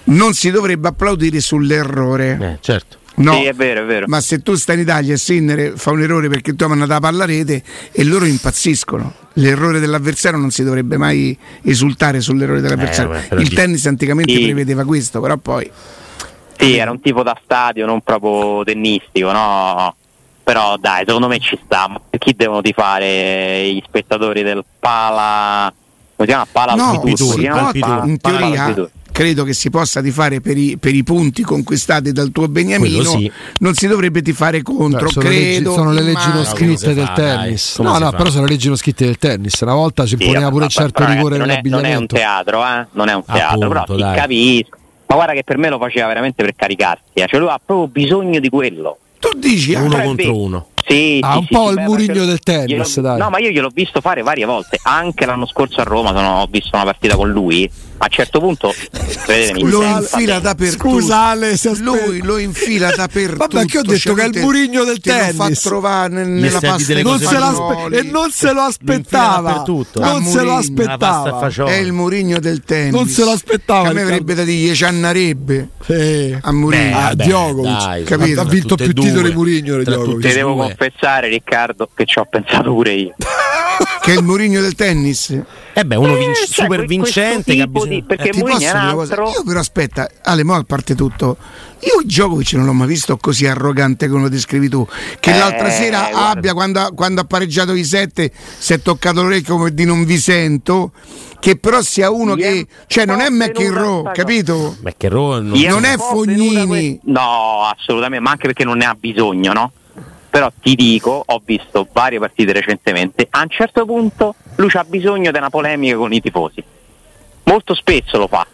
Speaker 1: Non si dovrebbe applaudire sull'errore.
Speaker 2: Eh, certo.
Speaker 1: No.
Speaker 3: Sì, è vero, è vero.
Speaker 1: Ma se tu stai in Italia e Sinner fa un errore perché tu hai mandato la palla a rete e loro impazziscono. L'errore dell'avversario non si dovrebbe mai esultare sull'errore dell'avversario.
Speaker 2: Eh, vabbè, però
Speaker 1: Il
Speaker 2: di-
Speaker 1: tennis anticamente
Speaker 3: Sì.
Speaker 1: prevedeva questo, però poi
Speaker 3: Sì, era un tipo da stadio, non proprio tennistico, no? Però dai, secondo me ci sta. Ma Chi devono tifare gli spettatori del Pala? Come si chiama? Pala
Speaker 1: no,
Speaker 3: Altitudo,
Speaker 1: si
Speaker 3: si chiama?
Speaker 1: può-
Speaker 2: Palpitour.
Speaker 1: in
Speaker 3: Pala
Speaker 1: teoria
Speaker 3: Altitudo.
Speaker 1: credo che si possa tifare per i, per i punti conquistati dal tuo Beniamino,
Speaker 2: Quello sì.
Speaker 1: non si dovrebbe tifare contro,
Speaker 4: Beh, sono, le leggi,
Speaker 1: credo.
Speaker 4: sono le leggi
Speaker 1: immagino.
Speaker 4: non
Speaker 2: scrivo. come
Speaker 4: scritte
Speaker 2: si
Speaker 4: del
Speaker 2: fa, Esatto, dai?
Speaker 4: tennis.
Speaker 2: Come
Speaker 4: no,
Speaker 2: si
Speaker 4: no,
Speaker 2: fa?
Speaker 4: però sono le leggi non scritte del tennis. Una volta si
Speaker 3: Sì,
Speaker 4: imponeva
Speaker 3: vabbè,
Speaker 4: pure un
Speaker 3: ma-
Speaker 4: certo
Speaker 3: però,
Speaker 4: rigore
Speaker 3: ragazzi, non è, non è un
Speaker 4: nell'abbigliamento.
Speaker 3: teatro, eh? Non è un teatro,
Speaker 2: Appunto,
Speaker 3: però si
Speaker 2: dai.
Speaker 3: capisco. Ma guarda che per me lo faceva veramente per caricarsi, eh. cioè lui ha proprio bisogno di quello.
Speaker 1: Tu dici,
Speaker 2: Uno
Speaker 1: ah,
Speaker 3: Però è
Speaker 2: contro
Speaker 3: vero.
Speaker 2: uno.
Speaker 3: Sì,
Speaker 4: Ah,
Speaker 3: sì,
Speaker 4: un
Speaker 3: sì,
Speaker 4: po'
Speaker 3: sì,
Speaker 4: il
Speaker 3: beh,
Speaker 4: Murigno
Speaker 3: perché-
Speaker 4: del tennis,
Speaker 3: gliel'ho-
Speaker 4: dai.
Speaker 3: No, ma io gliel'ho visto fare varie volte, anche l'anno scorso a Roma sono, ho visto una partita con lui. A un certo punto, credetemi,
Speaker 1: lo
Speaker 3: senza-
Speaker 2: eh,
Speaker 1: infila dappertutto.
Speaker 4: Ale, se aspetta.
Speaker 1: Lui lo infila dappertutto.
Speaker 4: Vabbè, che ho detto
Speaker 1: cioè,
Speaker 4: che è il
Speaker 1: te-
Speaker 4: Murigno del
Speaker 1: te Lo fa
Speaker 4: tennis.
Speaker 1: trovare nel-
Speaker 2: Gli
Speaker 1: nella
Speaker 2: servi
Speaker 1: pasta
Speaker 2: delle
Speaker 1: di
Speaker 4: Non
Speaker 2: cose
Speaker 4: se
Speaker 2: da
Speaker 4: l'aspe-
Speaker 1: fagioli.
Speaker 4: e non se lo
Speaker 2: infila
Speaker 4: aspettava.
Speaker 2: dappertutto.
Speaker 1: A
Speaker 4: Non se
Speaker 1: Mourinho,
Speaker 4: lo
Speaker 1: la
Speaker 2: La pasta e
Speaker 4: aspettava.
Speaker 1: È
Speaker 2: fagioli.
Speaker 1: il Murigno del tennis.
Speaker 4: Non se
Speaker 1: Che A
Speaker 4: l'aspettava,
Speaker 1: me
Speaker 4: Riccardo.
Speaker 1: verrebbe da dire ci annarebbe
Speaker 4: Sì.
Speaker 1: a Murigno.
Speaker 4: Ah,
Speaker 2: Eh, vabbè,
Speaker 4: Djokovic,
Speaker 2: dai,
Speaker 1: capito?
Speaker 2: tra
Speaker 1: Ha
Speaker 4: vinto
Speaker 2: tutte e
Speaker 4: più titoli
Speaker 2: due.
Speaker 4: Mourinho di
Speaker 2: Tra
Speaker 4: Djokovic.
Speaker 2: tutte
Speaker 3: Ti
Speaker 2: e
Speaker 3: devo
Speaker 2: due.
Speaker 3: confessare, Riccardo, che ci ho pensato pure io.
Speaker 1: Che è il Murigno del tennis.
Speaker 2: Eh beh, uno vinc-
Speaker 3: Eh, cioè,
Speaker 2: super
Speaker 3: que-
Speaker 2: vincente
Speaker 3: questo
Speaker 2: che ha
Speaker 3: tipo
Speaker 2: bisogno...
Speaker 3: di- perché
Speaker 1: Ti
Speaker 3: Mourinho
Speaker 1: posso
Speaker 3: è un
Speaker 1: dire una cosa?
Speaker 3: altro.
Speaker 1: Io però aspetta, Ale, mo a parte tutto, io Djokovic non l'ho mai visto così arrogante come lo descrivi tu, che
Speaker 3: Eh,
Speaker 1: l'altra sera
Speaker 3: guarda.
Speaker 1: abbia, quando, ha- quando ha pareggiato i sette, si è toccato l'orecchio come di non vi sento, che però sia uno
Speaker 3: Mi è
Speaker 1: che... Cioè non è
Speaker 3: un po' venuta
Speaker 1: McEnroe,
Speaker 3: sta
Speaker 1: capito?
Speaker 2: Beh, Eh, che errore, non-
Speaker 3: Gli
Speaker 1: non
Speaker 3: un
Speaker 1: è
Speaker 3: po' venuta
Speaker 1: Fognini.
Speaker 3: que- No, assolutamente, ma anche perché non ne ha bisogno, no? Però ti dico, ho visto varie partite recentemente, a un certo punto lui ha bisogno di una polemica con i tifosi. Molto spesso lo fa.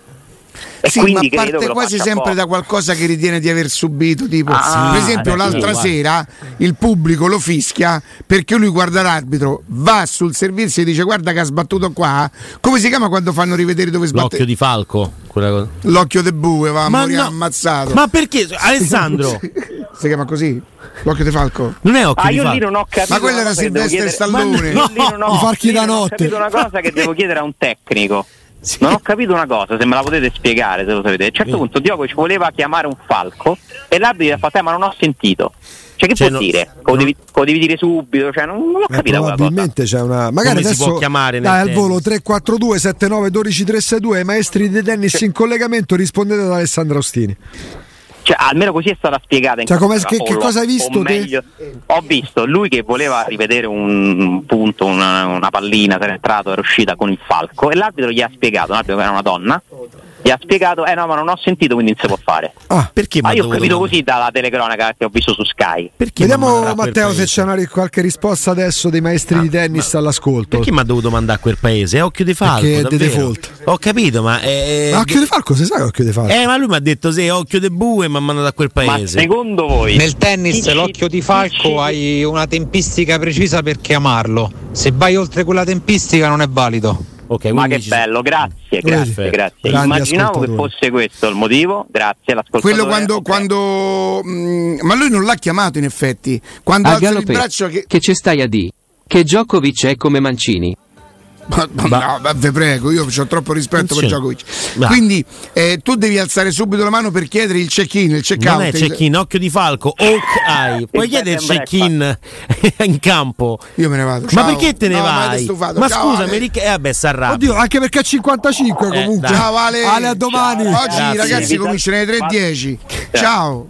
Speaker 3: E
Speaker 1: Sì, ma
Speaker 3: quindi credo che
Speaker 1: parte
Speaker 3: lo
Speaker 1: quasi
Speaker 3: faccia
Speaker 1: sempre da
Speaker 3: apposta.
Speaker 1: qualcosa che ritiene di aver subito, tipo
Speaker 3: Ah,
Speaker 1: per
Speaker 3: sì,
Speaker 1: esempio
Speaker 2: sì,
Speaker 1: l'altra
Speaker 2: guarda.
Speaker 1: sera il pubblico lo fischia perché lui guarda l'arbitro, va sul servizio e dice guarda che ha sbattuto qua, come si chiama quando fanno rivedere dove
Speaker 2: L'occhio
Speaker 1: sbatte?
Speaker 2: di Falco. Quella cosa.
Speaker 1: L'occhio de bue, va a morire
Speaker 2: no-
Speaker 1: ammazzato.
Speaker 2: Ma perché? Alessandro,
Speaker 1: Si chiama così? L'occhio de falco?
Speaker 2: non è occhio
Speaker 3: Ah,
Speaker 2: di
Speaker 3: io lì
Speaker 2: Falco.
Speaker 3: non ho capito.
Speaker 1: Ma quello
Speaker 3: una
Speaker 1: era
Speaker 3: cosa che devo
Speaker 1: Silvestre Stallone.
Speaker 3: chiedere- Ma io lì non ho-
Speaker 4: i farchi
Speaker 3: io
Speaker 4: da
Speaker 3: non ho
Speaker 4: notte.
Speaker 3: capito una cosa che devo chiedere a un tecnico.
Speaker 2: Sì.
Speaker 3: Non ho capito una cosa, se me la potete spiegare, se lo sapete. A un certo
Speaker 2: Sì.
Speaker 3: punto Diogo ci voleva chiamare un falco e l'arbitro ha fatto, "Eh, ma non ho sentito. Cioè che
Speaker 2: Cioè,
Speaker 3: può
Speaker 2: no-
Speaker 3: dire? Lo devi, lo devi dire subito, cioè, non, non l'ho
Speaker 4: Eh,
Speaker 3: capita quella cosa.
Speaker 4: probabilmente c'è una. Magari
Speaker 2: Come si
Speaker 4: adesso
Speaker 2: può chiamare nel
Speaker 4: dai, al
Speaker 2: tennis?
Speaker 4: volo 342 79 12 362 ai maestri di tennis in collegamento rispondete ad Alessandro Ostini.
Speaker 3: cioè, almeno così è stata spiegata. In
Speaker 4: Cioè, come-
Speaker 3: camera,
Speaker 4: che- che
Speaker 3: o lo-
Speaker 4: cosa hai visto
Speaker 3: o
Speaker 4: te?
Speaker 3: meglio, Ho visto lui che voleva rivedere un, un punto, una, una pallina, era entrato, era uscita con il falco e l'arbitro gli ha spiegato, l'arbitro che era una donna, gli ha spiegato, eh no ma non ho sentito quindi non si può fare.
Speaker 4: Ah,
Speaker 2: Perché
Speaker 3: Ma
Speaker 2: mi ha
Speaker 3: io ho
Speaker 2: dovuto-
Speaker 3: capito così dalla telecronaca che ho visto su Sky.
Speaker 2: Perché mi ha
Speaker 4: Vediamo
Speaker 2: mandato a quel
Speaker 4: Matteo se
Speaker 2: paese?
Speaker 4: c'è una ri- qualche risposta adesso dei maestri di tennis all'ascolto.
Speaker 2: Perché mi ha dovuto mandare a quel paese? È occhio di falco.
Speaker 4: Perché è di
Speaker 2: davvero.
Speaker 4: default.
Speaker 2: Ho capito, ma. È...
Speaker 4: Ma occhio di falco, si sa che occhio di falco.
Speaker 2: Eh, ma lui mi ha detto sì, occhio di bue e mi ha mandato a quel
Speaker 3: Ma
Speaker 2: paese.
Speaker 3: secondo voi...
Speaker 5: Nel tennis
Speaker 3: chi ci-
Speaker 5: l'occhio di
Speaker 3: chi ci-
Speaker 5: falco hai una tempistica precisa per chiamarlo. Se vai oltre quella tempistica non è valido.
Speaker 2: Ok,
Speaker 3: Ma
Speaker 2: quindi
Speaker 3: che
Speaker 2: ci-
Speaker 3: bello, grazie,
Speaker 2: Perfetto.
Speaker 3: grazie, grazie.
Speaker 4: Grandi
Speaker 3: Immaginavo che
Speaker 4: ascoltatori.
Speaker 3: fosse questo il motivo, grazie all'ascoltatore.
Speaker 1: Quello quando,
Speaker 3: Ok.
Speaker 1: quando, mh, ma lui non l'ha chiamato in effetti. Quando
Speaker 6: A
Speaker 1: alza il
Speaker 6: Galopè,
Speaker 1: braccio che.
Speaker 6: che... ci stai a di. Che Djokovic è come Mancini.
Speaker 1: Ma, ma- no, ma vi prego, io ho troppo rispetto per
Speaker 2: Sì.
Speaker 1: Djokovic.
Speaker 2: Va.
Speaker 1: Quindi eh, tu devi alzare subito la mano per chiedere il check-in, il check-out.
Speaker 2: Non è
Speaker 1: il-
Speaker 2: check-in, occhio di falco, hawk eye. Puoi
Speaker 3: Il
Speaker 2: chiedere il
Speaker 3: bed and
Speaker 2: check-in in campo.
Speaker 1: Io me ne vado.
Speaker 2: Ma
Speaker 1: ciao.
Speaker 2: perché te ne
Speaker 1: No, Ma, avete
Speaker 2: vai?
Speaker 1: stufato.
Speaker 2: Ma
Speaker 1: Ciao,
Speaker 2: scusami,
Speaker 1: Ale.
Speaker 2: Ric- eh, vabbè, s'arrabbia.
Speaker 4: Oddio, anche perché è 55
Speaker 2: Eh,
Speaker 4: comunque.
Speaker 2: dai.
Speaker 1: Ciao Ale.
Speaker 4: a domani.
Speaker 1: Oggi
Speaker 2: Grazie.
Speaker 1: ragazzi cominciano alle 3.10.
Speaker 3: Ciao.
Speaker 1: Ciao.